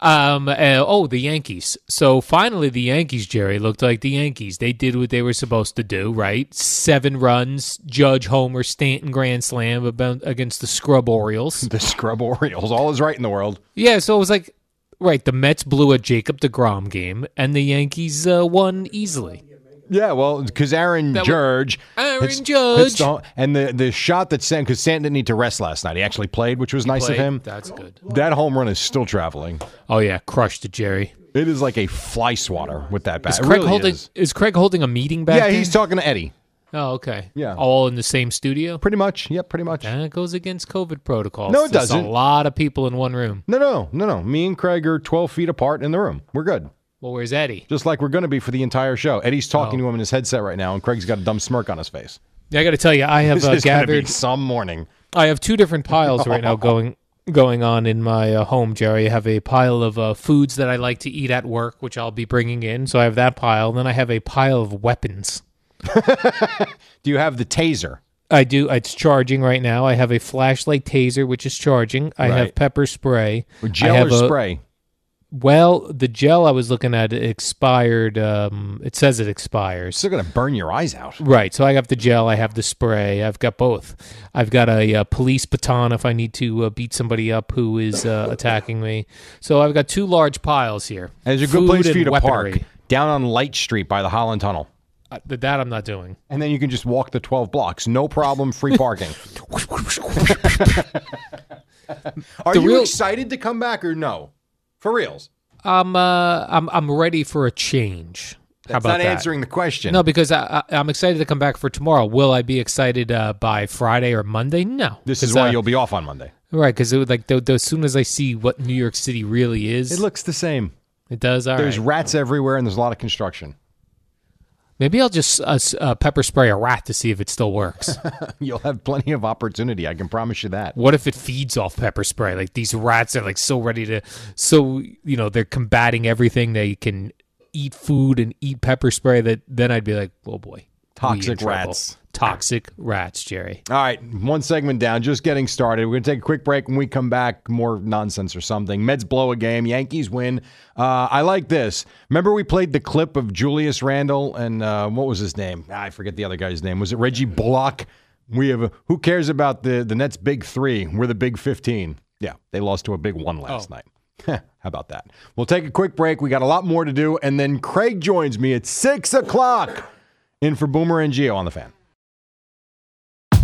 S2: Um, uh, oh, the Yankees. So finally, the Yankees, Jerry, looked like the Yankees. They did what they were supposed to do, right? Seven runs, Judge Homer, Stanton Grand Slam about, against the Scrub Orioles.
S1: The Scrub Orioles. All is right in the world.
S2: Yeah, so it was like, right, the Mets blew a Jacob DeGrom game, and the Yankees uh, won easily.
S1: Yeah, well, because Aaron
S2: That was-
S1: Judge.
S2: Aaron
S1: hits- hits
S2: Judge.
S1: the- and the, the shot that Stanton, because Stanton didn't need to rest last night. He actually played, which was nice
S2: Like,
S1: of him.
S2: That's good.
S1: That home run is still traveling.
S2: Oh, yeah, crushed it, Jerry.
S1: It is like a fly swatter with that bat.
S2: Is
S1: It
S2: Craig
S1: really
S2: holding?
S1: is.
S2: Is Craig holding a meeting back?
S1: Yeah,
S2: there?
S1: he's talking to Eddie.
S2: Oh, okay.
S1: Yeah.
S2: All in the same studio?
S1: Pretty much. Yep, pretty much.
S2: That goes against COVID protocols.
S1: No, it
S2: That's
S1: doesn't.
S2: A lot of people in one room.
S1: No, no, no, no. Me and Craig are 12 feet apart in the room. We're good.
S2: Well, where's Eddie?
S1: Just like we're going to be for the entire show. Eddie's talking
S2: Oh.
S1: to him in his headset right now, and Craig's got a dumb smirk on his face.
S2: I got to tell you, I have
S1: This
S2: uh,
S1: is going to be
S2: gathered.
S1: some morning.
S2: I have two different piles right now going going on in my uh, home, Jerry. I have a pile of uh, foods that I like to eat at work, which I'll be bringing in. So I have that pile. Then I have a pile of weapons.
S1: Do you have the taser?
S2: I do. It's charging right now. I have a flashlight taser, which is charging. I
S1: Right.
S2: have pepper spray.
S1: Or
S2: I
S1: gel
S2: have
S1: or
S2: a-
S1: spray?
S2: Well, the gel I was looking at expired. Um, it says it expires.
S1: It's going to burn your eyes out.
S2: Right. So I have the gel. I have the spray. I've got both. I've got a, uh police baton if I need to uh, beat somebody up who is uh, attacking me. So I've got two large piles here.
S1: And there's a good
S2: Food
S1: place
S2: and
S1: for you to
S2: weaponry.
S1: park down on Light Street by the Holland Tunnel.
S2: Uh, th- that I'm not doing.
S1: And then you can just walk the 12 blocks. No problem, free parking. Are
S2: The
S1: you
S2: real-
S1: excited to come back or no? For reals?
S2: I'm uh, I'm I'm ready for a change. How
S1: That's
S2: about
S1: not
S2: that?
S1: answering the question.
S2: No, because I, I, I'm excited to come back for tomorrow. Will I be excited uh, by Friday or Monday? No.
S1: this is
S2: 'Cause,
S1: why
S2: uh,
S1: you'll be off on Monday.
S2: right because it would like though, though, as soon as I see what New York City really is,
S1: It
S2: it,
S1: looks the same.
S2: does. All
S1: There's
S2: right.
S1: rats everywhere and there's a lot of construction.
S2: Maybe I'll just uh, s- uh, pepper spray a rat to see if it still works.
S1: You'll have plenty of opportunity. I can promise you that.
S2: what if it feeds off pepper spray? Like these rats are like so ready to, so you know they're combating everything. They can eat food and eat pepper spray. That then I'd be like, oh boy, we
S1: Toxic
S2: in trouble.
S1: rats.
S2: Toxic rats, Jerry.
S1: All right, one segment down, just getting started. We're going to take a quick break. When we come back, more nonsense or something. Mets blow a game, Yankees win. Uh, I like this. Remember, we played the clip of Julius Randle and uh, what was his name? Ah, I forget the other guy's name. Was it Reggie Bullock? We have a, who cares about the, the Nets' big three? We're the big 15. Yeah, they lost to a big one last night. How about that? We'll take a quick break. We got a lot more to do. And then Craig joins me at 6 o'clock in for Boomer and Geo on the fan.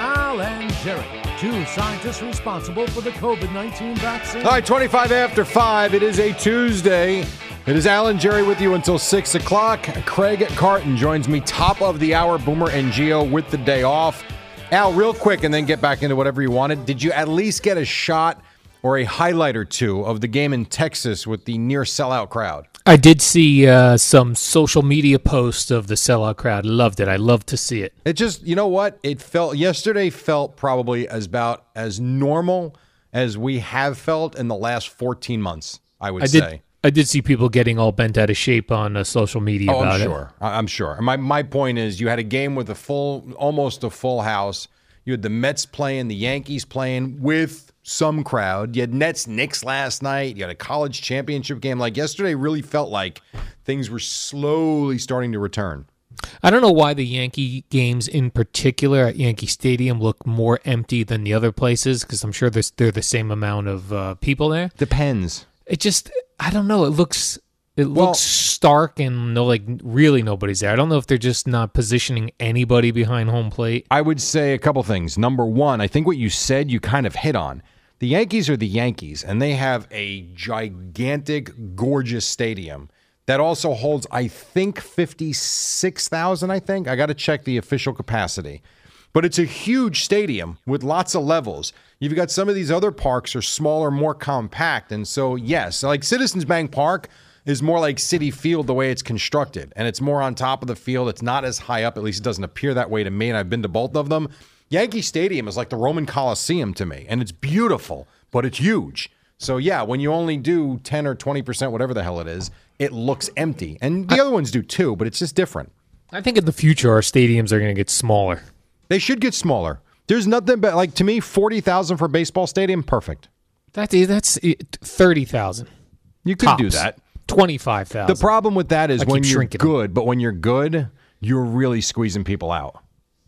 S3: Al and Jerry, two scientists responsible for the COVID 19 vaccine.
S1: All right, 25 after 5. It is a Tuesday. It is Alan Jerry with you until 6 o'clock. Craig Carton joins me top of the hour, Boomer and Geo with the day off. Al, real quick, and then get back into whatever you wanted. Did you at least get a shot or a highlight or two of the game in Texas with the near sellout crowd?
S2: I did see uh, some social media posts of the sellout crowd. Loved it. I love to see it.
S1: It just, you know what? It felt yesterday felt probably as about as normal as we have felt in the last 14 months, I would
S2: I
S1: say.
S2: did. I did see people getting all bent out of shape on uh, social media
S1: Oh,
S2: about
S1: I'm
S2: it.
S1: sure. I- I'm sure. My my point is, you had a game with a full, almost a full house. You had the Mets playing, the Yankees playing with some crowd. You had Nets Knicks last night. You had a college championship game. Like yesterday, really felt like things were slowly starting to return.
S2: I don't know why the Yankee games in particular at Yankee Stadium look more empty than the other places because I'm sure there's they're the same amount of uh, people there.
S1: Depends.
S2: It just I don't know. It looks it
S1: Well-
S2: looks stark and no like really nobody's there. I don't know if they're just not positioning anybody behind home plate.
S1: I would say a couple things. Number one, I think what you said you kind of hit on. The Yankees are the Yankees, and they have a gigantic, gorgeous stadium that also holds, I think, 56,000. I think. I got to check the official capacity. But it's a huge stadium with lots of levels. You've got some of these other parks are smaller, more compact. And so, yes, like Citizens Bank Park is more like City Field the way it's constructed. And it's more on top of the field. It's not as high up. At least it doesn't appear that way to me. And I've been to both of them. Yankee Stadium is like the Roman Coliseum to me. And it's beautiful, but it's huge. So, yeah, when you only do 10 or 20%, whatever the hell it is, it looks empty. And the other ones do too, but it's just different.
S2: I think in the future our stadiums are going to get smaller.
S1: They should get smaller. There's nothing but like to me, forty thousand for a baseball stadium, perfect.
S2: That that's it, thirty thousand.
S1: You could do that.
S2: Twenty five
S1: The
S2: thousand.
S1: problem with that is
S2: I keep
S1: when you're
S2: shrinking 'em.
S1: good, but when you're good, you're really squeezing people out.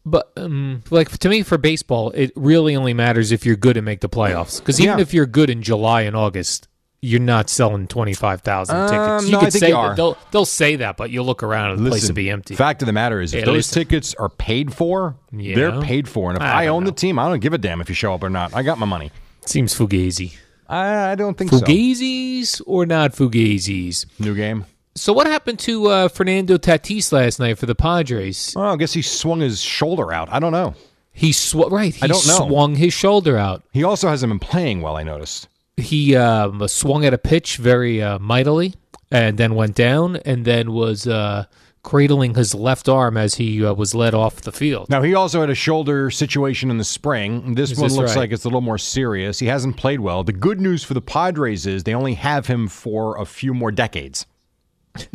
S2: But um, like to me, for baseball, it really only matters if you're good and make the playoffs. Because even
S1: Yeah.
S2: if you're good in July and August, you're not selling twenty five thousand tickets.
S1: Um,
S2: you
S1: no, I
S2: could
S1: think
S2: say
S1: you
S2: that-
S1: are.
S2: They'll they'll say that, but you'll look around and the place will be empty.
S1: Fact of the matter is, if
S2: Yeah,
S1: those
S2: listen.
S1: tickets are paid for,
S2: Yeah.
S1: they're paid for. And if
S2: I
S1: I,
S2: don't
S1: own
S2: know.
S1: the team, I don't give a damn if you show up or not. I got my money.
S2: Seems fugazi.
S1: I, I don't think so.
S2: Fugazis or not fugazis.
S1: New game.
S2: So what happened to uh, Fernando Tatis last night for the Padres?
S1: Oh, I guess he swung his shoulder out. I don't know.
S2: He sw- right. He
S1: I don't know.
S2: swung his shoulder out.
S1: He also hasn't been playing well. I noticed.
S2: he um, swung at a pitch very uh, mightily and then went down and then was uh, cradling his left arm as he uh, was led off the field.
S1: Now he also had a shoulder situation in the spring. This
S2: Is
S1: one
S2: this
S1: looks
S2: right?
S1: like it's a little more serious. He hasn't played well. The good news for the Padres is they only have him for a few more decades.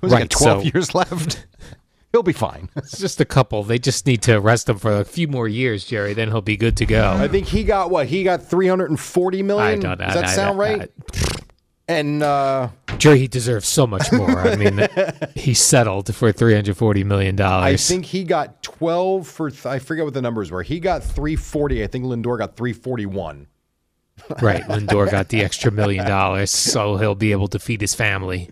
S1: Was
S2: Right,
S1: like twelve
S2: so-
S1: years left. He'll be fine.
S2: It's just a couple. They just need to rest him for a few more years, Jerry. Then he'll be good to go.
S1: I think he got what he got three hundred and forty million.
S2: I don't know.
S1: Does that
S2: I-
S1: sound
S2: I-
S1: right? and uh,
S2: Jerry, he deserves so much more. I mean, he settled for three hundred forty million
S1: I
S2: dollars.
S1: think he got twelve for. Th- I forget what the numbers were. He got three forty. I think Lindor got three forty one.
S2: right. Lindor got the extra million dollars, so he'll be able to feed his family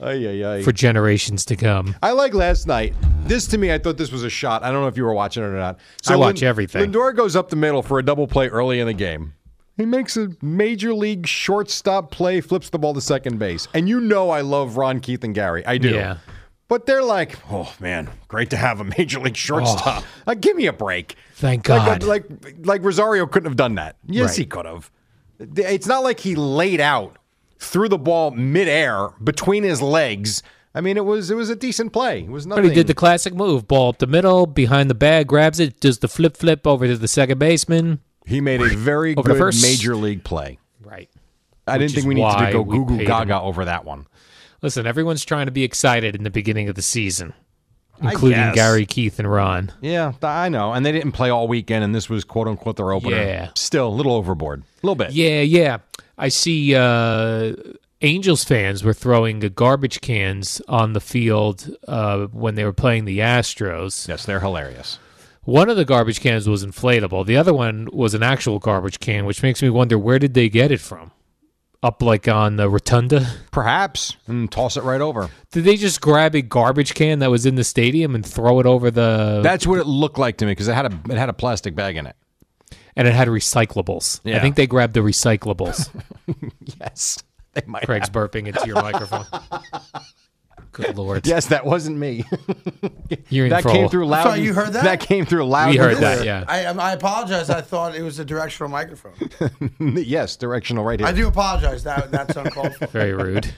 S1: Ay ay ay.
S2: for generations to come.
S1: I like last night. This to me, I thought this was a shot. I don't know if you were watching it or not.
S2: I watch everything.
S1: Lindor goes up the middle for a double play early in the game. He makes a major league shortstop play, flips the ball to second base. And you know I love Ron Keith and Gary. I do.
S2: Yeah.
S1: But they're like, oh man, great to have a major
S2: Oh.
S1: league shortstop. Like, give me a break.
S2: Thank
S1: Like,
S2: God.
S1: like, like Rosario couldn't have done that. Yes, he could have. It's not like he laid out, threw the ball midair between his legs. I mean, it was it was a decent play. It was nothing.
S2: But he did the classic move: ball up the middle, behind the bag, grabs it, does the flip, flip over to the second baseman.
S1: He made a very
S2: Over the
S1: good
S2: first.
S1: major league play.
S2: Right.
S1: I didn't
S2: is
S1: think we needed to
S2: why
S1: go
S2: we
S1: goo goo
S2: paid
S1: gaga over that one.
S2: Listen, everyone's trying to be excited in the beginning of the season,
S1: guess.
S2: including Gary, Keith, and Ron.
S1: Yeah, th- I know. And they didn't play all weekend, and this was quote unquote their opener.
S2: Yeah.
S1: Still a little overboard. A little bit.
S2: Yeah, yeah. I see. Uh, Angels fans were throwing the garbage cans on the field uh, when they were playing the Astros.
S1: Yes, they're hilarious.
S2: One of the garbage cans was inflatable. The other one was an actual garbage can, which makes me wonder where did they get it from? Up like on the rotunda.
S1: Perhaps. And toss it right over.
S2: Did they just grab a garbage can that was in the stadium and throw it over the
S1: That's what it looked like to me because it had a it had a plastic bag in it.
S2: and it had recyclables?
S1: Yeah.
S2: I think they grabbed the recyclables.
S1: Yes. They might
S2: Craig's burping into your microphone. Good lord.
S1: Yes, that wasn't me.
S2: You're in
S1: that
S2: for
S1: came
S2: a-
S1: through loud.
S4: sorry, you heard that?
S1: That came through loud.
S2: We
S1: and
S2: heard
S1: clear.
S2: that, yeah.
S4: I, um, I apologize. I thought it was a directional microphone.
S1: yes, directional right
S4: I
S1: here.
S4: do apologize. That that's uncalled for.
S2: Very rude.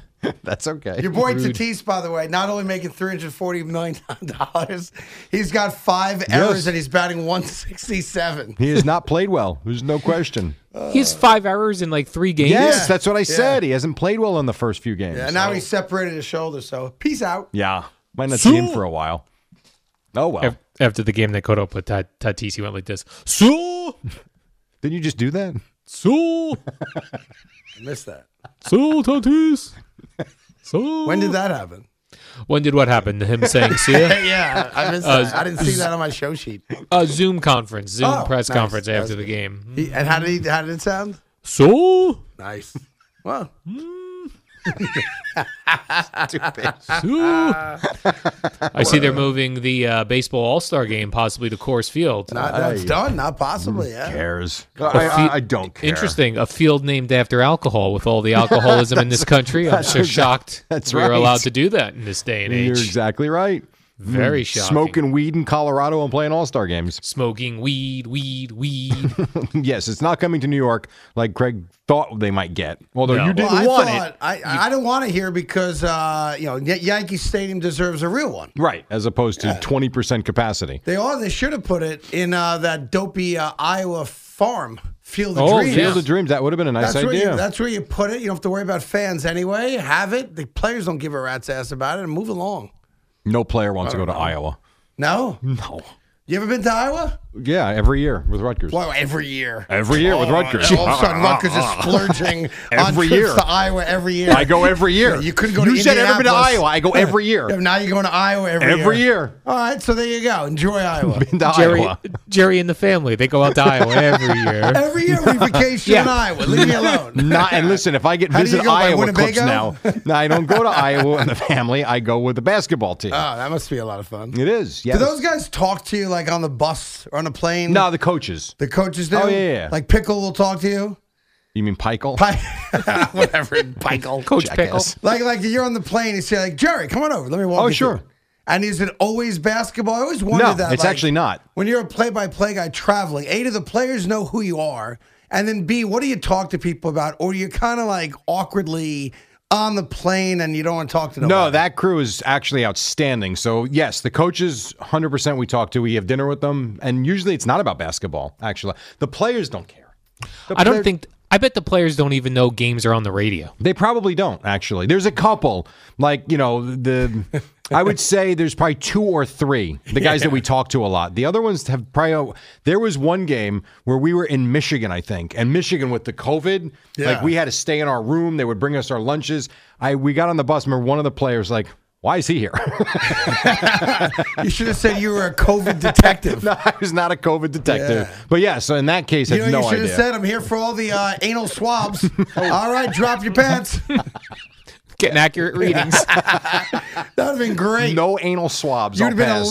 S1: That's okay.
S4: Your boy Tatis, by the way, not only making three hundred forty million dollars, he's got five errors and he's batting one sixty seven.
S1: He has not played well. There's no question.
S4: Uh,
S2: he has five errors in like three games.
S1: Yes, that's what I said. He hasn't played well in the first few games.
S4: And now he's separated his shoulder. So peace out.
S1: Yeah. Might not see him for a while. Oh, well.
S2: Af- After the game they caught up with Tat- Tatis, he went like this. So,
S1: Didn't you just do that?
S2: so,
S4: I missed that.
S2: so, Tatis. So.
S4: When did that happen?
S2: When did what happen? Him saying, "See ya."
S4: Yeah, I
S1: Uh,
S4: missed that. I didn't see that on my show sheet.
S2: A Zoom conference, Zoom
S4: Oh,
S2: press
S4: nice.
S2: conference
S4: That's
S2: after the
S4: good.
S2: game.
S4: He, and how did he? How did it sound?
S2: So,
S4: Nice. Well,
S2: I see they're moving the uh, baseball All Star game possibly to Coors Field. Uh,
S4: not, that's done. Not possibly. Yeah.
S1: Cares. I, I, I don't care.
S2: Interesting, a field named after alcohol. With all the alcoholism in this country, I'm so shocked
S1: that's
S2: we're
S1: right.
S2: allowed to do that in this day and
S1: You're
S2: age.
S1: exactly right. Mm.
S2: Very shocking.
S1: Smoking weed in Colorado and playing All Star games.
S2: Smoking weed, weed, weed.
S1: yes, it's not coming to New York like Craig thought they might get. Although
S2: No.
S1: you didn't
S4: I
S1: want
S4: thought
S1: it.
S4: I, I don't want it here because uh, you know Yan- Yankee Stadium deserves a real one.
S1: Right, as opposed to 20% capacity.
S4: They all they should have put it in uh, that dopey uh, Iowa farm field of
S2: Oh,
S4: dreams.
S1: Field
S2: Yeah.
S1: of Dreams, that would have been a nice
S4: That's where,
S1: idea.
S4: you, that's where you put it. You don't have to worry about fans anyway. Have it. The players don't give a rat's ass about it and move along.
S1: no player wants to go to Iowa.
S4: No?
S1: No.
S4: You ever been to Iowa?
S1: Yeah, every year with Rutgers.
S4: Well, every year.
S1: Every year with Rutgers.
S4: and All of a sudden, Rutgers is splurging on
S1: Every
S4: trips
S1: year.
S4: to Iowa every year.
S1: I go every year.
S4: Yeah, you couldn't go to
S1: You said ever been to
S4: Indianapolis.
S1: Iowa. I go every year.
S4: Yeah, now you're going to Iowa every,
S1: Every year.
S4: All right, so there you go. Enjoy Iowa.
S1: Been to
S2: Jerry,
S1: Iowa.
S2: Jerry and the family. They go out to Iowa every year.
S4: every year we vacation
S1: Yeah.
S4: in Iowa. Leave me alone.
S1: Not and listen, if I get
S4: How do you
S1: visit
S4: go, by
S1: Iowa clips
S4: Winnebago?
S1: now, no, I don't go to Iowa and the family. I go with the basketball team.
S4: Oh, that must be a lot of fun.
S1: it is. Yeah.
S4: Do those guys talk to you like on the bus or on a plane?
S1: no, the coaches.
S4: The coaches do?
S1: Oh, yeah, yeah, yeah.
S4: Like Pickle will talk to you?
S1: You mean Peichel?
S4: Pi- Whatever, Pickle.
S2: Coach Pickle.
S1: Jackass.
S4: Like, like you're on the plane, you say, like, Jerry, come on over. Let me walk
S1: Oh,
S4: you through."
S1: sure.
S4: And is it always basketball? I always wondered
S1: No,
S4: that.
S1: it's
S4: like,
S1: actually not.
S4: When you're a play-by-play guy traveling, A, do the players know who you are? And then B, what do you talk to people about? Or you're kind of like awkwardly on the plane and you don't want to talk to nobody?
S1: No, that crew is actually outstanding. So, yes, the coaches, 100% we talk to, we have dinner with them, and usually it's not about basketball, actually. The players don't care. The
S2: I
S1: player-
S2: don't think. I bet the players don't even know games are on the radio.
S1: They probably don't actually. There's a couple, like you know the. I would say there's probably two or three the guys that we talk to a lot. The other ones have probably. There was one game where we were in Michigan, I think, and Michigan with the COVID, like
S4: Yeah.
S1: we had to stay in our room. They would bring us our lunches. I we got on the bus. Remember, one of the players like. Why is he here?
S4: You should have said you were a COVID detective.
S1: no, I was not a COVID detective. But yeah, so in that case, I
S4: You know,
S1: had
S4: you
S1: no
S4: should
S1: idea.
S4: have said, I'm here for all the uh, anal swabs. all right, drop your pants. That
S2: Getting accurate readings.
S4: would have been great.
S1: no anal swabs.
S4: You'd
S1: I'll
S4: have been a
S1: pass.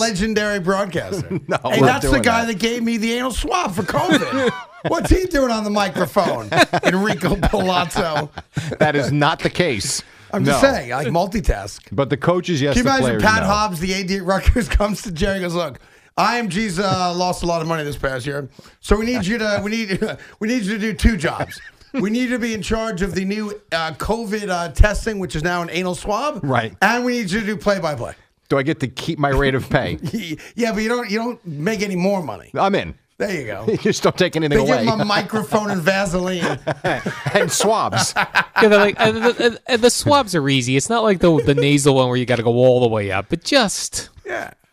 S4: legendary broadcaster. no,
S1: we're
S4: and that's the
S1: doing
S4: guy
S1: that.
S4: that. gave me the anal swab for COVID. What's he doing on the microphone? Enrico Palazzo.
S1: That is not the case.
S4: I'm just
S1: No.
S4: saying, I like multitask. Can
S1: But the coaches, yes.
S4: you
S1: the
S4: imagine
S1: players,
S4: Pat
S1: no.
S4: Hobbs, the AD at Rutgers, comes to Jerry and goes, Look, IMG's uh, lost a lot of money this past year. So we need you to we need we need you to do two jobs. We need you to be in charge of the new uh, COVID uh, testing, which is now an anal swab.
S1: Right.
S4: And we need you to do play by play.
S1: Do I get to keep my rate of pay?
S4: Yeah, but you don't you don't make any more money.
S1: I'm in.
S4: There you go.
S1: You just don't take anything
S4: They give
S1: away.
S4: him a microphone and Vaseline.
S1: and swabs.
S2: Yeah, they're like, and the, and- and the swabs are easy. It's not like the the nasal one where you got to go all the way up, but just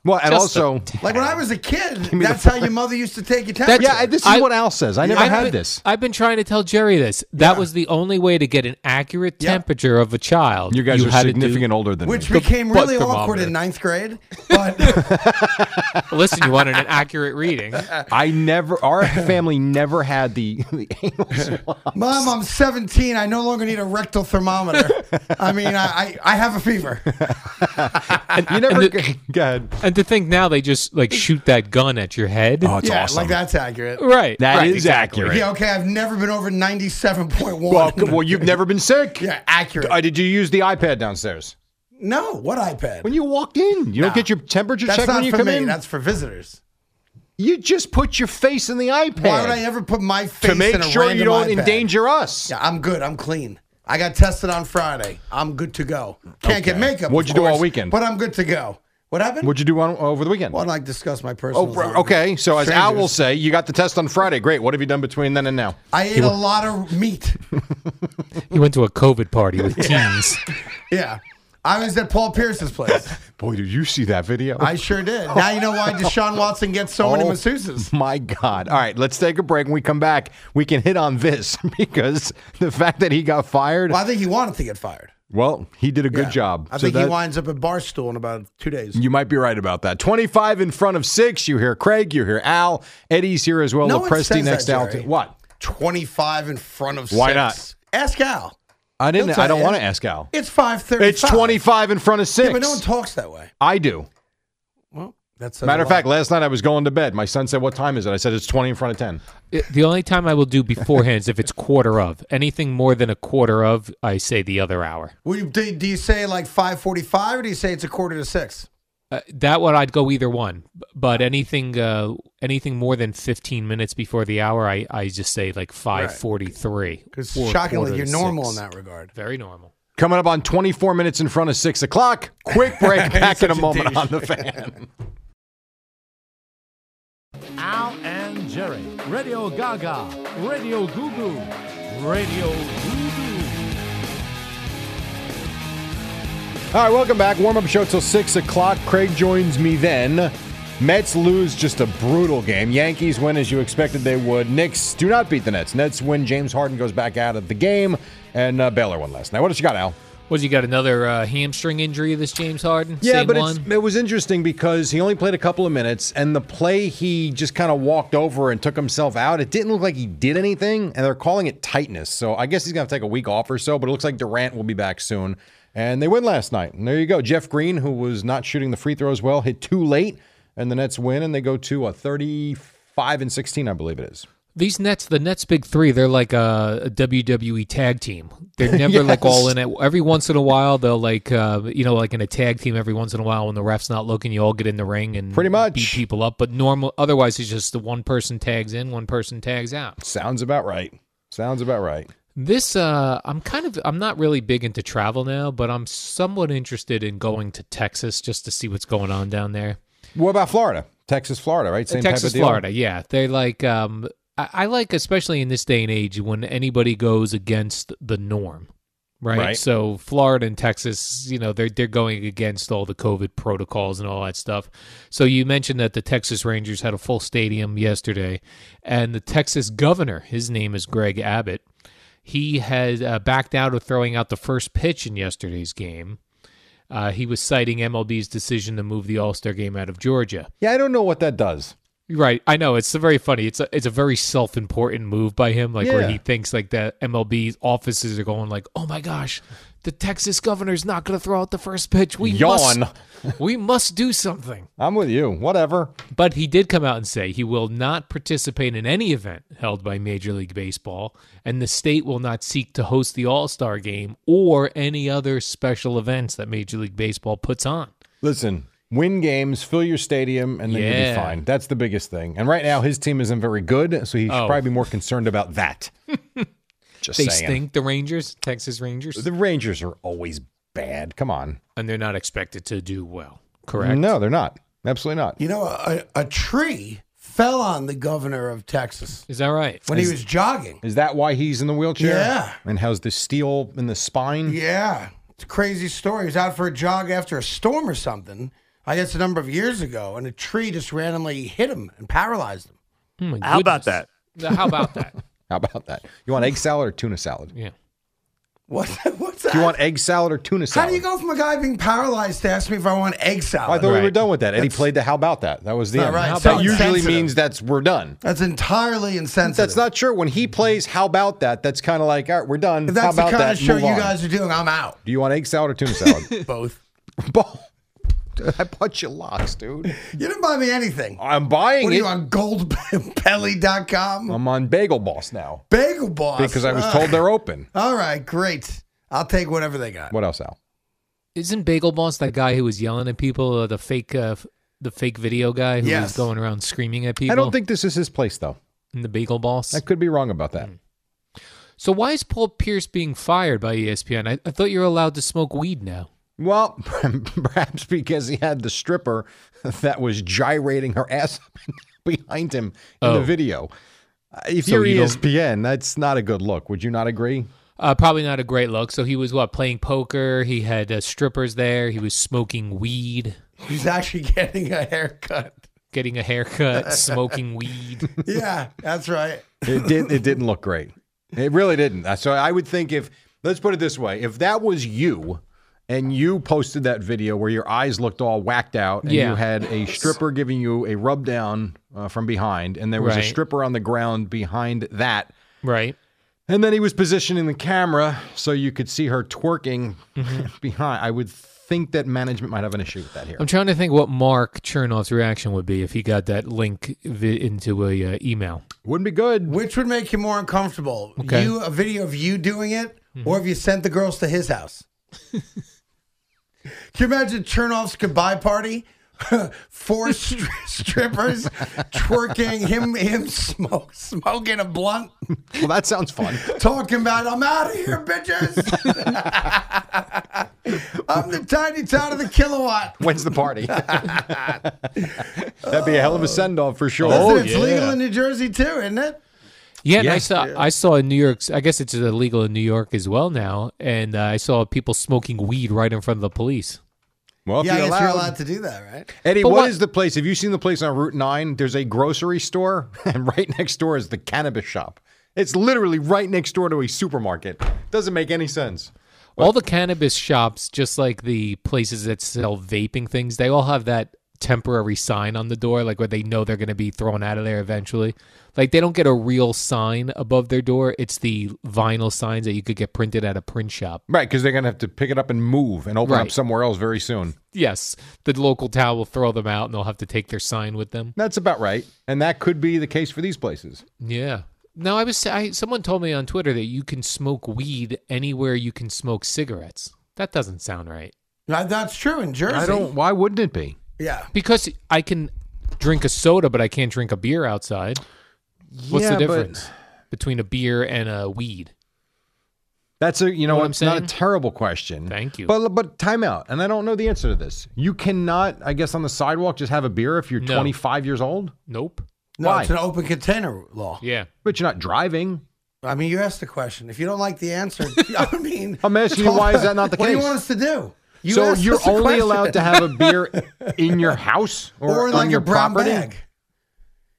S1: Well, and
S2: Just a
S1: also,
S4: Like when I was a kid,
S1: me the
S4: that's how your mother used to take your temperature.
S1: yeah, I- this is
S2: I-
S1: what Al says. I never
S2: I've
S1: had
S2: been-
S1: this.
S2: I've been trying to tell Jerry this. That was the only way to get an accurate
S4: Yeah.
S2: temperature of a child.
S1: You guys are
S2: had to do-
S1: significant older than
S4: which
S1: me.
S4: became
S2: butt
S4: really awkward
S2: thermometer.
S4: in ninth grade. But
S2: Listen, you wanted an accurate reading.
S1: I never. Our family never had the, the anal swab.
S4: mom, I'm 17. I no longer need a rectal thermometer. I mean, I, I, I have a fever.
S1: You never.
S2: the-
S1: g- go ahead.
S2: And to think now they just like shoot that gun at your head.
S1: Oh, it's
S4: yeah, like that's accurate.
S2: right.
S1: That
S2: right,
S1: is
S2: exactly.
S1: accurate.
S4: Yeah, okay. I've never been over 97.1.
S1: Well, c- well, you've never been sick.
S4: yeah, accurate.
S1: Uh, did you use the iPad downstairs
S4: no, what iPad?
S1: when you walked in? You don't get your temperature
S4: that's
S1: checked
S4: not
S1: when you
S4: for
S1: come
S4: me.
S1: in.
S4: That's for visitors.
S1: you just put your face in the iPad
S4: Why would I ever put my face
S1: to make
S4: in a
S1: sure you
S4: random
S1: don't
S4: iPad?
S1: endanger us.
S4: Yeah, I'm good. I'm clean. I got tested on Friday. I'm good to go. Can't get makeup.
S1: What'd you
S4: of
S1: do all
S4: course,
S1: weekend?
S4: But I'm good to go. What happened?
S1: What'd you do on, over the weekend?
S4: Why don't I discuss my personal?
S1: Oh, bro, okay. So as Al will say, you got the test on Friday. Great. What have you done between then and now?
S4: I ate a lot of meat.
S2: He went to a COVID party with teens.
S4: Yeah, I was at Paul Pierce's place.
S1: Boy, did you see that video?
S4: I sure did. Now you know why Deshaun Watson gets so many
S1: Oh.
S4: masseuses.
S1: My God. All right, let's take a break. When we come back, we can hit on this because the fact that he got fired,
S4: Well, I think he wanted to get fired.
S1: well, he did a good
S4: Yeah.
S1: job.
S4: I
S1: So
S4: think
S1: that-
S4: he winds up at Barstool in about two days.
S1: You might be right about that. 25 in front of six. You hear Craig, you hear Al. Eddie's here as well.
S4: No one
S1: Lepresti
S4: says that,
S1: next to Al.
S4: Jerry.
S1: What?
S4: Twenty-five in front of
S1: Why
S4: six.
S1: not?
S4: Ask Al.
S1: I
S4: He'll
S1: didn't
S4: tell
S1: I don't
S4: you.
S1: want to ask Al.
S4: It's five thirty.
S1: It's 25 in front of six.
S4: Yeah, but no one talks that way.
S1: I do.
S4: Well, that's
S1: Matter of fact, last night I was going to bed. My son said, "What time is it?" I said, "It's 20 in front of 10."
S2: It- the only time I will do beforehand is if it's quarter of. Anything more than a quarter of, I say the other hour.
S4: Well, you, do, do you say like five forty-five, or do you say it's a quarter to six?
S2: Uh, that one I'd go either one, B- but anything uh, anything more than fifteen minutes before the hour, I, I just say like five forty three.
S4: Because shockingly, you're normal in that regard.
S2: Very normal.
S1: Coming up on 24 minutes in front of 6 o'clock. Quick break. Back in a
S4: Such a
S1: moment
S4: douche.
S1: on the fan.
S3: Al and Jerry, Radio Gaga, Radio Goo Goo, Radio Goo Goo.
S1: All right, welcome back. Warm up show till 6 o'clock. Craig joins me then. Mets lose just a brutal game. Yankees win as you expected they would. Knicks do not beat the Nets. Nets win. James Harden goes back out of the game, and uh, Baylor won last night. What else you got, Al?
S2: Was he got another uh, hamstring injury? This James Harden,
S1: Yeah,
S2: Same
S1: but
S2: one?
S1: it's, it was interesting because he only played a couple of minutes, and the play he just kind of walked over and took himself out. It didn't look like he did anything, and they're calling it tightness. So I guess he's gonna have to take a week off or so. But it looks like Durant will be back soon, and they win last night. And there you go. Jeff Green, who was not shooting the free throws well, hit too late, and the Nets win, and they go to a thirty-five and sixteen, I believe it is.
S2: These Nets, the Nets' big three, they're like a, a WWE tag team. They're never like all in it. Every once in a while, they'll like uh, you know, like in a tag team. Every once in a while, when the ref's not looking, you all get in the ring and
S1: Pretty much.
S2: beat people up. But normal, otherwise, it's just the one person tags in, one person tags out.
S1: Sounds about right. Sounds about right.
S2: This, uh, I'm kind of, I'm not really big into travel now, but I'm somewhat interested in going to Texas just to see what's going on down there.
S1: What about Florida? Texas, Florida, right? Same
S2: Texas,
S1: type of deal.
S2: Florida. Yeah, they're like um, I, I like, especially in this day and age, when anybody goes against the norm, right?
S1: Right.
S2: So Florida and Texas, you know, they're they're going against all the COVID protocols and all that stuff. So you mentioned that the Texas Rangers had a full stadium yesterday, and the Texas governor, his name is Greg Abbott. He had uh, backed out of throwing out the first pitch in yesterday's game. Uh, he was citing MLB's decision to move the All Star game out of Georgia.
S1: Yeah, I don't know what that does.
S2: Right, I know it's very funny. It's a it's a very self important move by him, like where
S1: Yeah.
S2: he thinks like the MLB offices are going like, oh my gosh, the Texas governor's not going to throw out the first pitch. We
S1: Yawn.
S2: must, we must do something.
S1: I'm with you. Whatever.
S2: But he did come out and say he will not participate in any event held by Major League Baseball, and the state will not seek to host the All Star Game or any other special events that Major League Baseball puts on.
S1: Listen, win games, fill your stadium, and then you'll be
S2: Yeah.
S1: fine. That's the biggest thing. And right now, his team isn't very good, so he should
S2: Oh.
S1: probably be more concerned about that. Just
S2: They
S1: saying.
S2: stink, the Rangers, Texas Rangers,
S1: The Rangers are always bad. Come on.
S2: and they're not expected to do well. Correct.
S1: No, they're not. Absolutely not.
S4: You know, a, a tree fell on the governor of Texas
S2: Is that right?
S4: when he was jogging.
S1: Is that why he's in the wheelchair?
S4: Yeah.
S1: And how's the steel in the spine?
S4: Yeah, it's a crazy story. He was out for a jog after a storm or something. I guess a number of years ago, and a tree just randomly hit him and paralyzed him.
S2: Oh
S5: How about that?
S2: How about that?
S1: How about that? You want egg salad or tuna salad?
S2: Yeah.
S4: What? What's that?
S1: Do you want egg salad or tuna salad?
S4: How do you go from a guy being paralyzed to ask me if I want
S1: Oh,
S4: egg
S1: I
S4: salad?
S1: thought we were
S2: Right.
S1: done with that. Eddie played the how about that. That was the
S4: All
S1: end.
S4: right,
S1: How
S4: so
S1: about that usually
S4: insensitive.
S1: means that's we're done.
S4: That's entirely insensitive.
S1: That's not true. When he plays how about that, that's kind of like, all right, we're done.
S4: If
S1: how
S4: that's the
S1: about
S4: kind
S1: that?
S4: of show
S1: Move
S4: you
S1: on.
S4: guys are doing, I'm out.
S1: Do you want egg salad or tuna salad?
S4: Both.
S1: Both. Dude, I bought you lots, dude.
S4: You didn't buy me anything.
S1: I'm buying
S4: What are
S1: it.
S4: you on goldbelly.com?
S1: I'm on Bagel Boss now
S4: Bagel Boss.
S1: Um, because I was
S4: Ugh.
S1: told they're open.
S4: All right, great. I'll take whatever they got.
S1: What else, Al?
S2: Isn't Bagel Boss that guy who was yelling at people? Uh, the fake, uh, f- the fake video guy who
S4: Yes.
S2: was going around screaming at people.
S1: I don't think this is his place, though.
S2: in the Bagel Boss.
S1: I could be wrong about
S4: Hmm.
S1: that.
S2: so why is Paul Pierce being fired by E ESPN? I, I thought you were allowed to smoke weed now.
S1: Well, perhaps because he had the stripper that was gyrating her ass up behind him in the
S2: Oh.
S1: video. Uh, If
S2: So
S1: you're
S2: you don't-
S1: ESPN, that's not a good look. Would you not agree?
S2: Uh, probably not a great look. So he was what playing poker. He had uh, strippers there. He was smoking weed,
S4: He's actually getting a haircut.
S2: getting a haircut, smoking weed.
S4: Yeah, that's right.
S1: It didn't. It didn't look great. It really didn't. Uh, So I would think if let's put it this way, if that was you, and you posted that video where your eyes looked all whacked out, and you
S2: Yeah.
S1: had a stripper giving you a rub down uh, from behind, and there was
S2: Right.
S1: a stripper on the ground behind that,
S2: Right.
S1: and then he was positioning the camera so you could see her twerking
S2: Mm-hmm.
S1: behind, I would think that management might have an issue with that here.
S2: I'm trying to think what Mark Chernoff's reaction would be if he got that link vi- into a uh, email.
S1: Wouldn't be good.
S4: Which would make you more uncomfortable?
S2: Okay.
S4: You a video of you doing it,
S1: Mm-hmm.
S4: or if you sent the girls to his house? Can you imagine Chernoff's goodbye party? Four stri- strippers twerking, him him smoke, smoking a blunt,
S1: Well, that sounds fun.
S4: talking about I'm out of here, bitches. I'm the tiny tot of the kilowatt.
S1: When's the party? That'd be a hell of a send off for sure.
S4: Listen,
S2: Oh,
S4: it's legal in New Jersey too, isn't it?
S2: Yeah, and I
S1: Yes.
S2: saw I saw in New York. I guess it's illegal in New York as well now. And uh, I saw people smoking weed right in front of the police.
S1: Well, if
S4: yeah, I
S1: you're,
S4: guess
S1: allowed,
S4: you're allowed to do that, right?
S1: Eddie,
S2: But
S1: what
S2: what-
S1: is the place? Have you seen the place on Route 9? There's a grocery store, and right next door is the cannabis shop. It's literally right next door to a supermarket. Doesn't make any sense.
S2: All the cannabis shops, just like the places that sell vaping things, they all have that temporary sign on the door, like where they know they're going to be thrown out of there eventually. Like they don't get a real sign above their door. It's the vinyl signs that you could get printed at a print shop.
S1: Right, because they're going to have to pick it up and move and open up
S2: Right.
S1: somewhere else very soon.
S2: Yes, the local town will throw them out and they'll have to take their sign with them.
S1: That's about right. And that could be the case for these places.
S2: Yeah. No, I was. I, someone told me on Twitter that you can smoke weed anywhere you can smoke cigarettes. That doesn't sound right.
S4: Now, that's true in Jersey.
S1: I don't. Why wouldn't it be?
S4: Yeah.
S2: Because I can drink a soda, but I can't drink a beer outside. What's
S1: Yeah,
S2: the
S1: but-
S2: difference between a beer and a weed?
S1: That's a you know,
S2: what
S1: what
S2: I'm
S1: it's not a
S2: saying?
S1: terrible question.
S2: Thank you.
S1: But but time out, and I don't know the answer to this. You cannot, I guess, on the sidewalk just have a beer if you're
S2: No.
S1: 25 years old.
S2: Nope.
S4: No,
S1: Why?
S4: it's an open container law.
S2: Yeah.
S1: But you're not driving.
S4: I mean, you asked the question. If you don't like the answer, I mean,
S1: I'm asking you, why is that not the
S4: What do you
S1: case?
S4: want us to do? You
S1: so
S4: asked
S1: you're
S4: us the
S1: only
S4: question.
S1: allowed to have a beer in your house or,
S4: or in
S1: on
S4: like
S1: your
S4: a brown
S1: property.
S4: bag.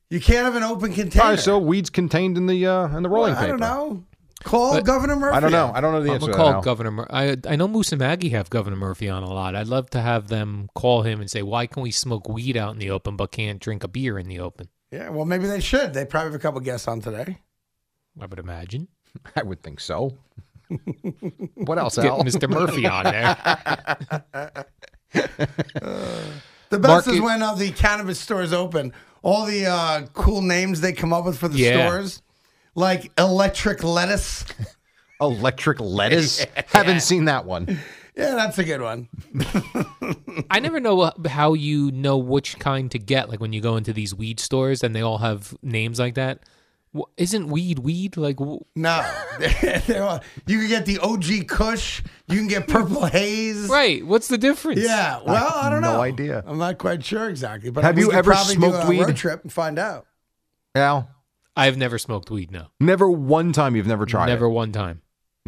S4: You can't have an open container.
S1: All right, so weeds contained in the uh, in the rolling
S4: I
S1: paper.
S4: don't know. Call
S2: But-
S4: Governor Murphy.
S1: I don't know. I don't know the
S2: I'm
S1: answer.
S2: gonna
S1: to
S2: call
S1: that, Al.
S2: Governor. Mur- I I know Moose and Maggie have Governor Murphy on a lot. I'd love to have them call him and say, "Why can we smoke weed out in the open but can't drink a beer in the open?"
S4: Yeah, well, maybe they should. They probably have a couple guests on today.
S2: I would imagine.
S1: I would think so. what else,
S2: Get
S1: Al?
S2: Mr. Murphy on there.
S4: The best
S2: Mark,
S4: is
S2: you-
S4: when uh, the cannabis stores open. All the uh, cool names they come up with for the
S2: Yeah.
S4: stores, like electric lettuce.
S1: Electric lettuce. Haven't seen that one.
S4: Yeah, that's a good one.
S2: I never know wh- how you know which kind to get. Like when you go into these weed stores and they all have names like that. Wh- Isn't weed weed? Like wh-
S4: No, They want- you can get the OG Kush. You can get Purple Haze.
S2: right? What's the difference?
S4: Yeah. Well, I, don't
S1: no
S4: know.
S1: idea.
S4: I'm not quite sure exactly. But
S1: Have
S4: we
S1: you
S4: could
S1: ever
S4: probably do
S1: smoked
S4: a Road
S1: weed?
S4: trip and find out.
S1: Al,
S2: I've never smoked weed. No,
S1: never one time you've never tried
S2: never
S1: it.
S2: one time.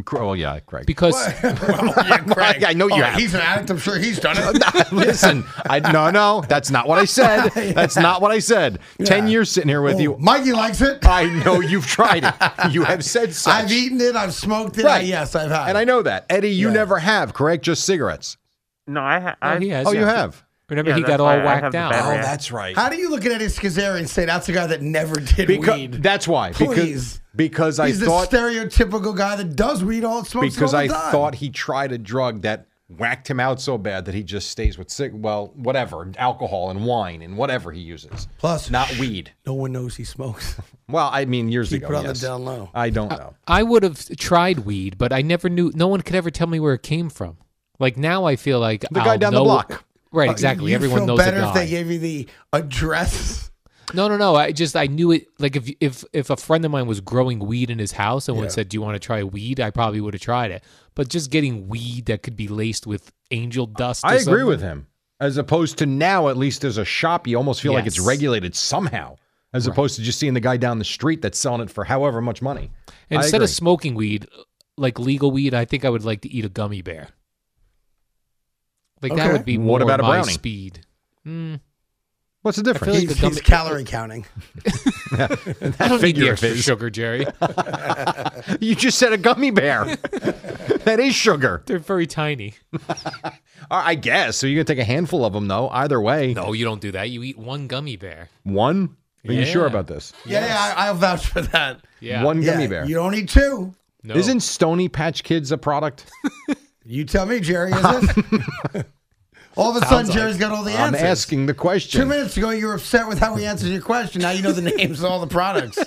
S1: Cr- Oh yeah, Craig.
S2: Because
S4: well, yeah, Craig.
S1: I know you
S4: Oh,
S1: have.
S4: He's an addict. I'm sure he's done it.
S1: Listen, I no no, that's not what I said. That's not what I said. Ten
S4: Yeah.
S1: years sitting here with you.
S4: Oh, Mikey likes it.
S1: I know you've tried it. You have said so.
S4: I've eaten it. I've smoked it. I, yes, I've had.
S1: And
S4: it.
S1: I know that. Eddie, you
S4: Yeah.
S1: never have, correct? Just cigarettes.
S5: No, I, ha-
S2: Oh,
S5: I
S2: he has.
S1: oh, you
S2: yeah.
S1: have.
S2: Remember,
S5: Yeah,
S2: he
S5: that's
S2: got all
S5: why I have
S2: whacked
S5: the
S2: out.
S4: Oh,
S5: bad reaction.
S1: that's right.
S4: How do you look at Eddie Scazzeri and say that's a guy that never did
S1: Because,
S4: weed?
S1: that's why.
S4: Please.
S1: Because, because I
S4: He's the
S1: thought
S4: stereotypical guy that does weed all smokes it
S1: because
S4: all
S1: I
S4: the time.
S1: thought he tried a drug that whacked him out so bad that he just stays with cig well, whatever, alcohol and wine and whatever he uses.
S4: Plus-
S1: not weed.
S4: no one knows he smokes.
S1: Well, I mean years
S4: Keep
S1: ago.
S4: it on the
S1: yes.
S4: down low.
S1: I don't know.
S2: I would have tried weed, but I never knew. No one could ever tell me where it came from. Like now, I feel like
S1: The guy
S2: I'll
S1: down the
S2: know-
S1: block.
S2: Right, exactly.
S4: Uh, You
S2: Everyone
S4: feel
S2: knows the
S4: better if
S2: guy.
S4: they gave you the address.
S2: no, no, no. I just I knew it. Like if if if a friend of mine was growing weed in his house and one said, "Do you want to try weed?" I probably would have tried it. But just getting weed that could be laced with angel dust.
S1: I
S2: or
S1: agree
S2: something-
S1: with him. As opposed to now, at least there's a shop, you almost feel like it's
S2: Yes.
S1: regulated somehow, as opposed to just seeing the guy down the street that's selling it for however much money. I
S2: Instead of
S1: agree.
S2: smoking weed, like legal weed, I think I would like to eat a gummy bear. Like
S4: Okay.
S2: that would be
S1: What
S2: more
S1: about a
S2: my
S1: brownie?
S2: speed.
S1: what's the difference?
S2: feel like
S4: He's,
S2: the
S4: he's
S2: dumb-
S4: calorie counting.
S2: I don't need the
S1: figure of
S2: extra
S1: his.
S2: sugar, Jerry.
S1: you just said a gummy bear. that is sugar.
S2: They're very tiny.
S1: Uh, I I guess. So you're gonna take a handful of them though. Either way,
S2: No, you don't do that. You eat one gummy bear.
S1: one. Are you sure
S2: Yeah.
S1: about this?
S4: Yeah, yeah, I, I'll vouch for that.
S2: Yeah.
S1: One
S4: Yeah,
S1: gummy bear.
S4: You don't need two.
S2: No.
S1: Isn't Stony Patch Kids a product?
S4: You tell me, Jerry. Is it? all of a sudden, Jerry's got all the
S1: I'm
S4: answers.
S1: asking the
S4: Two
S1: question.
S4: minutes ago, you were upset with how we answered your question. Now you know the names of all the products.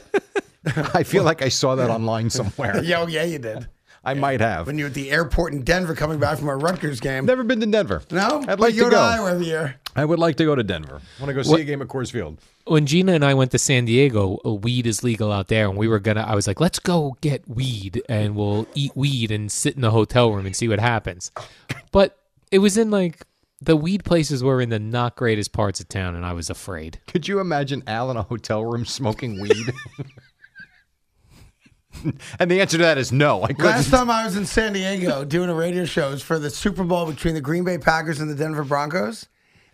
S1: I feel like I saw that online somewhere.
S4: Yeah, oh, yeah, you did.
S1: I might have.
S4: When you were at the airport in Denver coming back from a Rutgers game.
S1: Never been to Denver.
S4: No,
S1: I'd
S4: But
S1: like
S4: you
S1: to
S4: go to
S1: go.
S4: Iowa every year.
S1: I would like to go to Denver. Want to go see
S2: What-
S1: a game at Coors Field?
S2: when Gina and I went to San Diego, uh, weed is legal out there, and we were gonna. I was like, "Let's go get weed, and we'll eat weed and sit in the hotel room and see what happens." But it was in like the weed places were in the not greatest parts of town, and I was afraid.
S1: Could you imagine Al in a hotel room smoking weed? And the answer to that is no. I couldn't.
S4: Last time I was in San Diego doing a radio show it was for the Super Bowl between the Green Bay Packers and the Denver Broncos.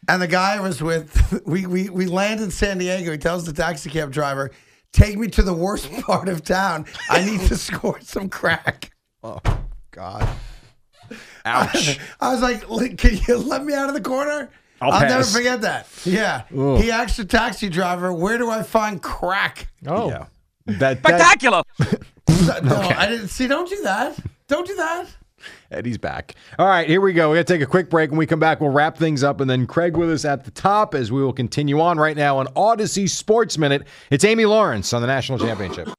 S4: And the guy I was with, we, we, we land in San Diego. He tells the taxi cab driver, Take me to the worst part of town. I need to score some crack.
S1: God. Ouch.
S4: I was like, "L- Can you let me out of the corner?
S1: I'll
S4: never
S1: pass.
S4: forget that. Yeah. He asked the taxi driver, Where do I find crack?
S1: oh. Yeah. That, that
S5: Spectacular.
S4: So- No, I didn't see. Don't do that. Don't do that.
S1: Eddie's back. All right, here we go. We're going to take a quick break. When we come back, we'll wrap things up. And then Craig with us at the top as we will continue on right now on Odyssey Sports Minute. It's Amy Lawrence on the National Championship.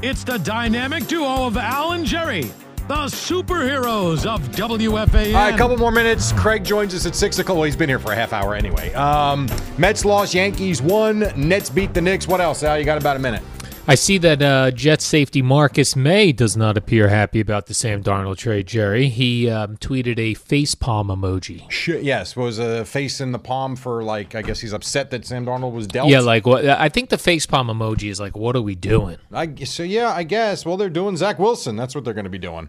S3: It's the dynamic duo of Al and Jerry, the superheroes of WFAN.
S1: All right, a couple more minutes. Craig joins us at six o'clock. Well, he's been here for a half hour anyway. Um, Mets lost, Yankees won, Nets beat the Knicks. What else? Al, you got about a minute.
S2: I see that uh, Jets safety Marcus May does not appear happy about the Sam Darnold trade, Jerry. He um, tweeted a facepalm emoji.
S1: Shit, yes, was a face in the palm for like I guess he's upset that Sam Darnold was dealt.
S2: Yeah, like what? I think the facepalm emoji is like, what are we doing?
S1: I, so yeah, I guess. Well, they're doing Zach Wilson. That's what they're going to be doing,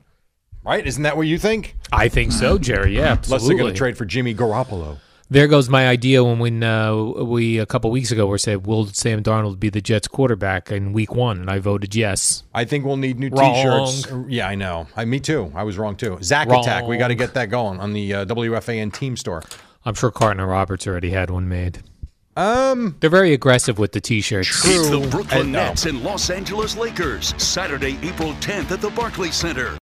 S1: right? Isn't that what you think?
S2: I think so, Jerry. Yeah,
S1: Unless
S2: absolutely.
S1: they're going to trade for Jimmy Garoppolo.
S2: There goes my idea when when uh, we a couple weeks ago were said, will Sam Darnold be the Jets quarterback in Week One? And I voted yes.
S1: I think we'll need new
S2: Wrong.
S1: T-shirts. Yeah, I know. I, me too. I was wrong too. Zach
S2: Wrong.
S1: Attack. We got to get that going on the uh, WFAN team store.
S2: I'm sure Carton and Roberts already had one made.
S1: Um,
S2: They're very aggressive with the T-shirts.
S5: It's the Brooklyn
S1: And no.
S5: Nets and Los Angeles Lakers, Saturday, April 10th at the Barclays Center.